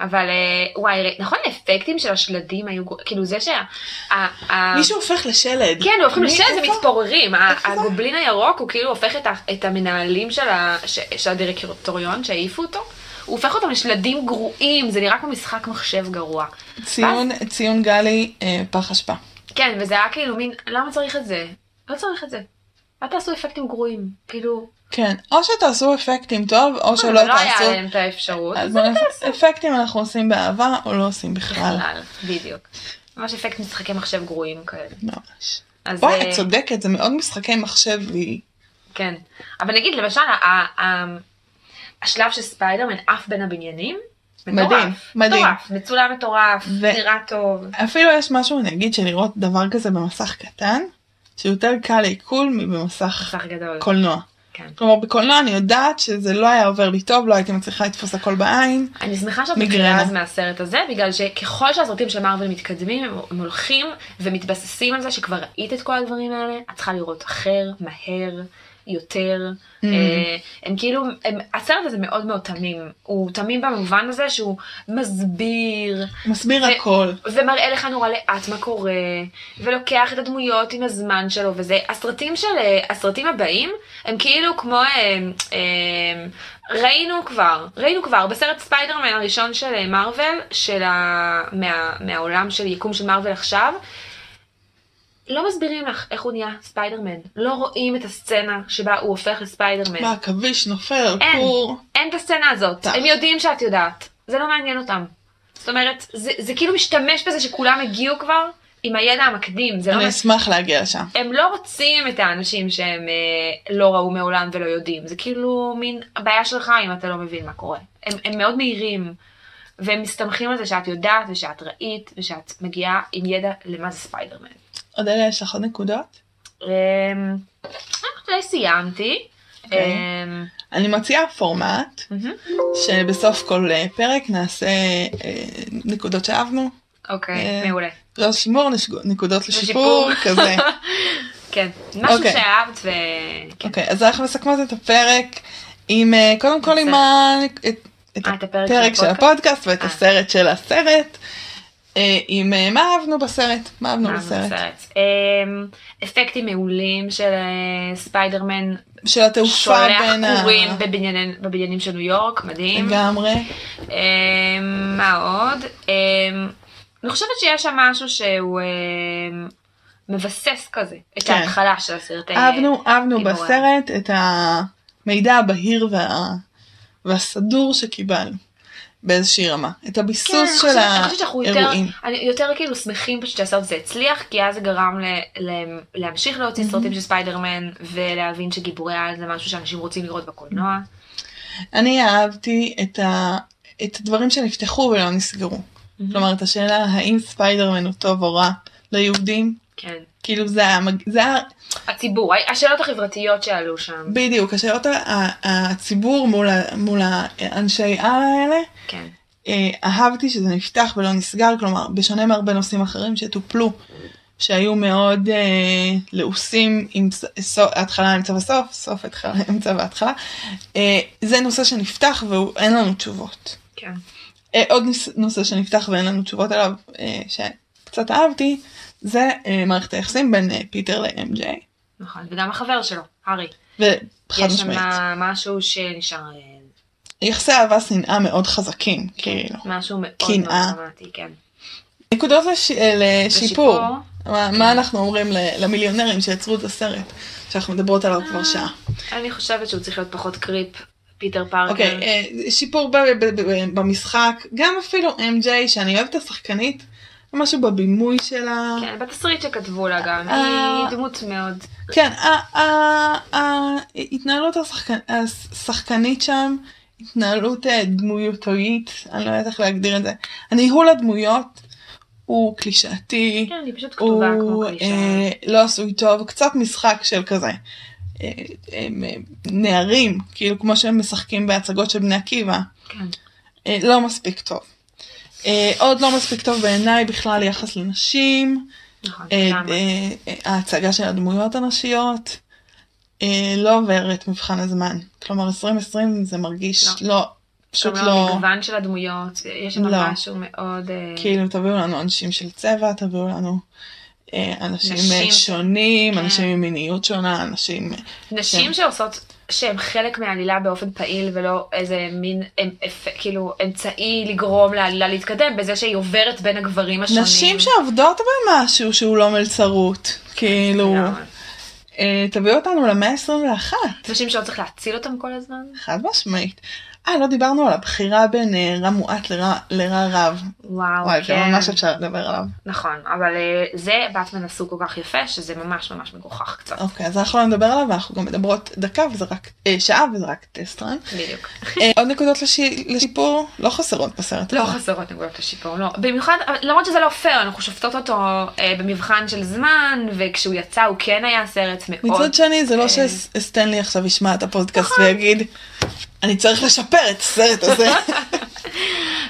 S2: אבל אה, וואי, ראי- נכון האפקטים של השלדים היו, גו- כאילו זה שה... ה- ה-
S1: מישהו הופך לשלד.
S2: אה. כן, הם הופכים
S1: מי-
S2: לשלד
S1: איפה?
S2: ומתפוררים. ה-
S1: איפה?
S2: הגובלין הירוק הוא כאילו הופך את ה- את המנהלים של ה- ש- של הדירקטוריון שהעיפו אותו, הוא הופך אותם לשלדים גרועים, זה נראה כמו משחק מחשב גרוע.
S1: ציון, ציון גלי, אה, פח אשפה.
S2: כן, וזה היה כאילו מין, למה צריך את זה? לא צריך את זה. אל תעשו אפקטים גרועים, כאילו,
S1: כן, או שתעשו אפקטים טוב, או שלא
S2: לא היה
S1: תעשו.
S2: להם את האפשרות. לא
S1: אז אפקטים אנחנו עושים באהבה, או לא עושים בכלל.
S2: בכלל, בדיוק. ממש אפקט משחקי מחשב גרועים כאלה.
S1: ממש.
S2: אז
S1: וואי,
S2: אה,
S1: את צודקת, זה מאוד משחקי מחשב לי.
S2: כן. אבל נגיד, למשל, ה- ה- ה- השלב שספיידרמן עף בין הבניינים, מטורף.
S1: מדהים, מדהים.
S2: מטורף, מצולם מטורף,
S1: ו-
S2: נראה טוב.
S1: אפילו יש משהו, נגיד, שלראות דבר כזה במסך קטן, שיותר קל לעיכול מבמסך
S2: מסך גדול.
S1: קולנוע.
S2: כן.
S1: כלומר, בקולנוע אני יודעת שזה לא היה עובר לי טוב, לא הייתי מצליחה לתפוס הכל בעין.
S2: אני שמחה שאת
S1: מיגרנה.
S2: מכירה אז מהסרט הזה, בגלל שככל שהסרטים של מארוול מתקדמים, הם, הם הולכים ומתבססים על זה שכבר ראית את כל הדברים האלה, את צריכה לראות אחר, מהר, יותר. Mm. הם כאילו, הם, הסרט הזה מאוד מאוד תמים. הוא תמים במובן הזה שהוא מסביר,
S1: מסביר
S2: ו-
S1: הכל.
S2: ומראה לך נורא לאט מה קורה, ולוקח את הדמויות עם הזמן שלו וזה. הסרטים של, אה, הסרטים הבאים הם כאילו כמו, אה, אה, ראינו כבר, ראינו כבר בסרט ספיידרמן הראשון של אה, מארוול, של ה... מה... מהעולם של יקום של מארוול עכשיו. לא מסבירים לך איך הוא נהיה ספיידרמן, לא רואים את הסצנה שבה הוא הופך לספיידרמן.
S1: מה, עכביש נופל על
S2: כן. אין,
S1: כור.
S2: אין את הסצנה הזאת,
S1: טח.
S2: הם יודעים שאת יודעת, זה לא מעניין אותם. זאת אומרת, זה, זה כאילו משתמש בזה שכולם הגיעו כבר עם הידע המקדים, זה לא...
S1: אני
S2: מה-
S1: אשמח להגיע לשם.
S2: הם לא רוצים את האנשים שהם אה, לא ראו מעולם ולא יודעים, זה כאילו מין הבעיה שלך אם אתה לא מבין מה קורה. הם, הם מאוד מהירים, והם מסתמכים על זה שאת יודעת ושאת ראית ושאת מגיעה עם ידע למה זה ספיידרמן.
S1: אודליה, יש לך עוד נקודות?
S2: אמ, אני חושבת שסיימתי.
S1: אוקיי.
S2: אמ,
S1: אני מציעה פורמט
S2: מהמם.
S1: שבסוף כל אה, פרק נעשה אה, נקודות שאהבנו,
S2: אוקיי,
S1: אה,
S2: מעולה.
S1: לא שימור, נשג- נקודות
S2: לשיפור.
S1: לשיפור, כזה.
S2: כן, משהו
S1: אוקיי.
S2: שאהבת ו... <laughs> כן.
S1: אוקיי, אז אנחנו מסכמות את הפרק עם, אה, קודם כל עם
S2: בסדר.
S1: ה... את- את
S2: אה, את הפרק של
S1: הפרק של
S2: הפודקאסט?
S1: הפודקאסט ואת
S2: אה.
S1: הסרט של הסרט. אה, עם אה, מה אהבנו בסרט, מה אהבנו
S2: אהבנו
S1: בסרט,
S2: בסרט. אמ, אפקטים מעולים של אה, ספיידרמן
S1: של התעופה
S2: שולח
S1: בין ה...
S2: קורים בבניינים- בבניינים של ניו יורק, מדהים.
S1: לגמרי,
S2: אמ, מה עוד? אמ, אני חושבת שיש שם משהו שהוא אמ, מבסס כזה, את
S1: כן.
S2: ההתחלה של הסרט. אה,
S1: אהבנו, אהבנו
S2: גיבורה.
S1: בסרט את המידע הבהיר וה... והסדור שקיבלנו באיזושהי רמה, את
S2: כן, אני
S1: הביסוס
S2: חושבת-
S1: של
S2: אני חושבת שאנחנו יותר-
S1: האירועים.
S2: אני יותר כאילו שמחים פשוט שהסרט הזה הצליח, כי אז זה גרם ל- ל- להמשיך להוציא סרטים של ספיידרמן, ולהבין שגיבורי על זה משהו שאנשים רוצים לראות בקולנוע.
S1: אני אהבתי את, ה... את הדברים שנפתחו ולא נסגרו. כלומר, את השאלה האם ספיידרמן הוא טוב או רע ליהודים,
S2: כן.
S1: כאילו זה היה, מג- זה היה
S2: הציבור, השאלות החברתיות שעלו שם.
S1: בדיוק, השאלות ה- ה- הציבור מול, ה- מול האנשי על האלה,
S2: כן.
S1: אה, אהבתי שזה נפתח ולא נסגר, כלומר, בשונה מהרבה נושאים אחרים שטופלו, שהיו מאוד אה, לעוסים עם ס- סו- התחלה, אמצע וסוף, סוף, התחלה, <laughs> אמצע והתחלה, אה, זה נושא שנפתח ואין לנו תשובות.
S2: כן.
S1: אה, עוד נוס- נושא שנפתח ואין לנו תשובות עליו, אה, שקצת אהבתי, זה אה, מערכת היחסים בין אה, פיטר ל-MJ,
S2: נכון, וגם החבר שלו, הארי.
S1: וחד
S2: יש שם
S1: משמעית.
S2: משהו שנשאר, אה,
S1: יחסי אהבה שנאה מאוד חזקים, כאילו.
S2: משהו מאוד
S1: קנאה.
S2: מאוד דרמטי, כן.
S1: נקודות לש... לשיפור.
S2: ושיפור.
S1: מה, מה אנחנו אומרים ל- למיליונרים שיצרו את הסרט, שאנחנו מדברות עליו כבר שעה.
S2: אני חושבת שהוא צריך להיות פחות קריפ, פיטר פארקר.
S1: אוקיי, אה, שיפור ב- ב- ב- ב- במשחק, גם אפילו MJ, שאני אוהבת את השחקנית, משהו בבימוי שלה.
S2: כן, בתסריט שכתבו לה גם,
S1: אה.
S2: היא דמות מאוד.
S1: כן, ה- ה- ה- התנהלות השחק- השחקנית שם, התנהלות אה, דמויותואית, אני לא יודעת איך להגדיר את זה. הניהול הדמויות הוא קלישאתי.
S2: כן, היא פשוט כתובה כמו
S1: הוא
S2: קלישה.
S1: אה, לא עשוי טוב, קצת משחק של כזה. אה, הם, אה, נערים, כאילו כמו שהם משחקים בהצגות של בני עקיבא,
S2: כן.
S1: אה, לא מספיק טוב. אה, עוד לא מספיק טוב בעיניי בכלל יחס לנשים,
S2: נכון,
S1: אה,
S2: למה?
S1: אה, אה, ההצגה של הדמויות הנשיות, אה, לא עובר את מבחן הזמן. כלומר 2020 זה מרגיש
S2: לא.
S1: לא, פשוט
S2: גם
S1: לא,
S2: המגוון של הדמויות, יש שם
S1: לא.
S2: משהו מאוד... אה,
S1: כאילו תביאו לנו אנשים של צבע, תביאו לנו אה, אנשים אה,
S2: נשים.
S1: שונים,
S2: כן.
S1: אנשים עם מיניות שונה, אנשים...
S2: נשים
S1: כן.
S2: שעושות, שהן חלק מהעלילה באופן פעיל ולא איזה מין אמ, אפ- כאילו אמצעי לגרום לעלילה להתקדם בזה שהיא עוברת בין הגברים השונים.
S1: נשים שעובדות במשהו שהוא לא מלצרות, כאילו,
S2: לגמרי.
S1: אה, תביאו אותנו למאה ה-21,
S2: נשים שלא צריך להציל אותם כל הזמן.
S1: חד משמעית. אה, לא דיברנו על הבחירה בין אה, רע מועט לרע- לרע רב.
S2: וואו,
S1: וואי, זה
S2: כן.
S1: ממש אפשר לדבר עליו.
S2: נכון, אבל אה, זה באטמן עשו כל כך יפה שזה ממש ממש מגוחך קצת.
S1: אוקיי, אז אנחנו לא נדבר עליו, אנחנו גם מדברות דקה וזה רק, אה, שעה וזה רק
S2: <laughs>
S1: טסט רן.
S2: בדיוק.
S1: אה, עוד נקודות לשי- לשיפור? לא חסרות בסרט הזה.
S2: לא חסרות נקודות לשיפור, לא. במיוחד, למרות שזה לא פייר, אנחנו שופטות אותו אה, במבחן של זמן, וכשהוא יצא הוא כן היה סרט מאוד...
S1: מצד שני זה
S2: אה, נכון.
S1: לא שסטנלי עכשיו ישמע את הפודקאסט ויגיד אני צריך לשפר את הסרט
S2: <laughs>
S1: הזה.
S2: כן.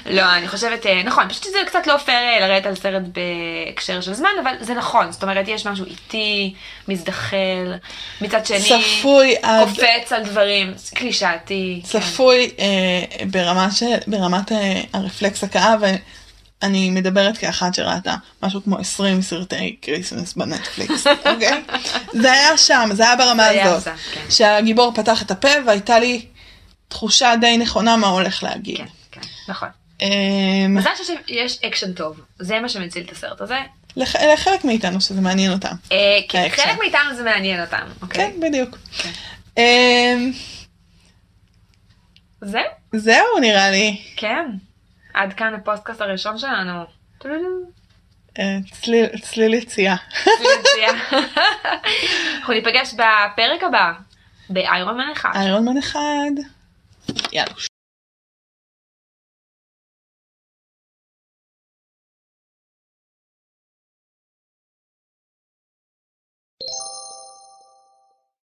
S2: לא, אני חושבת, אה, נכון, פשוט שזה קצת לא פייר אה, לרדת על סרט בהקשר של זמן, אבל זה נכון, זאת אומרת, יש משהו איטי, מזדחל, מצד שני,
S1: צפוי עד
S2: קופץ על דברים, זה קלישאתי. כן.
S1: צפוי אה, ברמה של- ברמת אה, הרפלקס הכאה ואני מדברת כאחת שראתה משהו כמו 20 סרטי קריסמס
S2: <laughs>
S1: בנטפליקס. אוקיי? זה היה שם זה היה ברמה
S2: זה היה
S1: הזאת.
S2: זה, כן.
S1: שהגיבור פתח את הפה והייתה לי תחושה די נכונה מה הולך להגיד.
S2: כן, כן, נכון.
S1: אמ,
S2: מזל שיש יש אקשן טוב, זה מה שמציל את הסרט הזה.
S1: לח- לחלק מאיתנו שזה מעניין אותם.
S2: אה, כן,
S1: האקשן.
S2: חלק מאיתנו זה מעניין אותם,
S1: כן,
S2: אוקיי?
S1: בדיוק.
S2: כן.
S1: אמ,
S2: זהו,
S1: זהו נראה לי.
S2: כן. עד כאן הפודקאסט הראשון שלנו. טולולו.
S1: אה, צליל- צליל יציאה. <laughs>
S2: מצוין. אנחנו ניפגש בפרק הבא, באיירון מן אחד.
S1: איירון מן אחד. יאללה.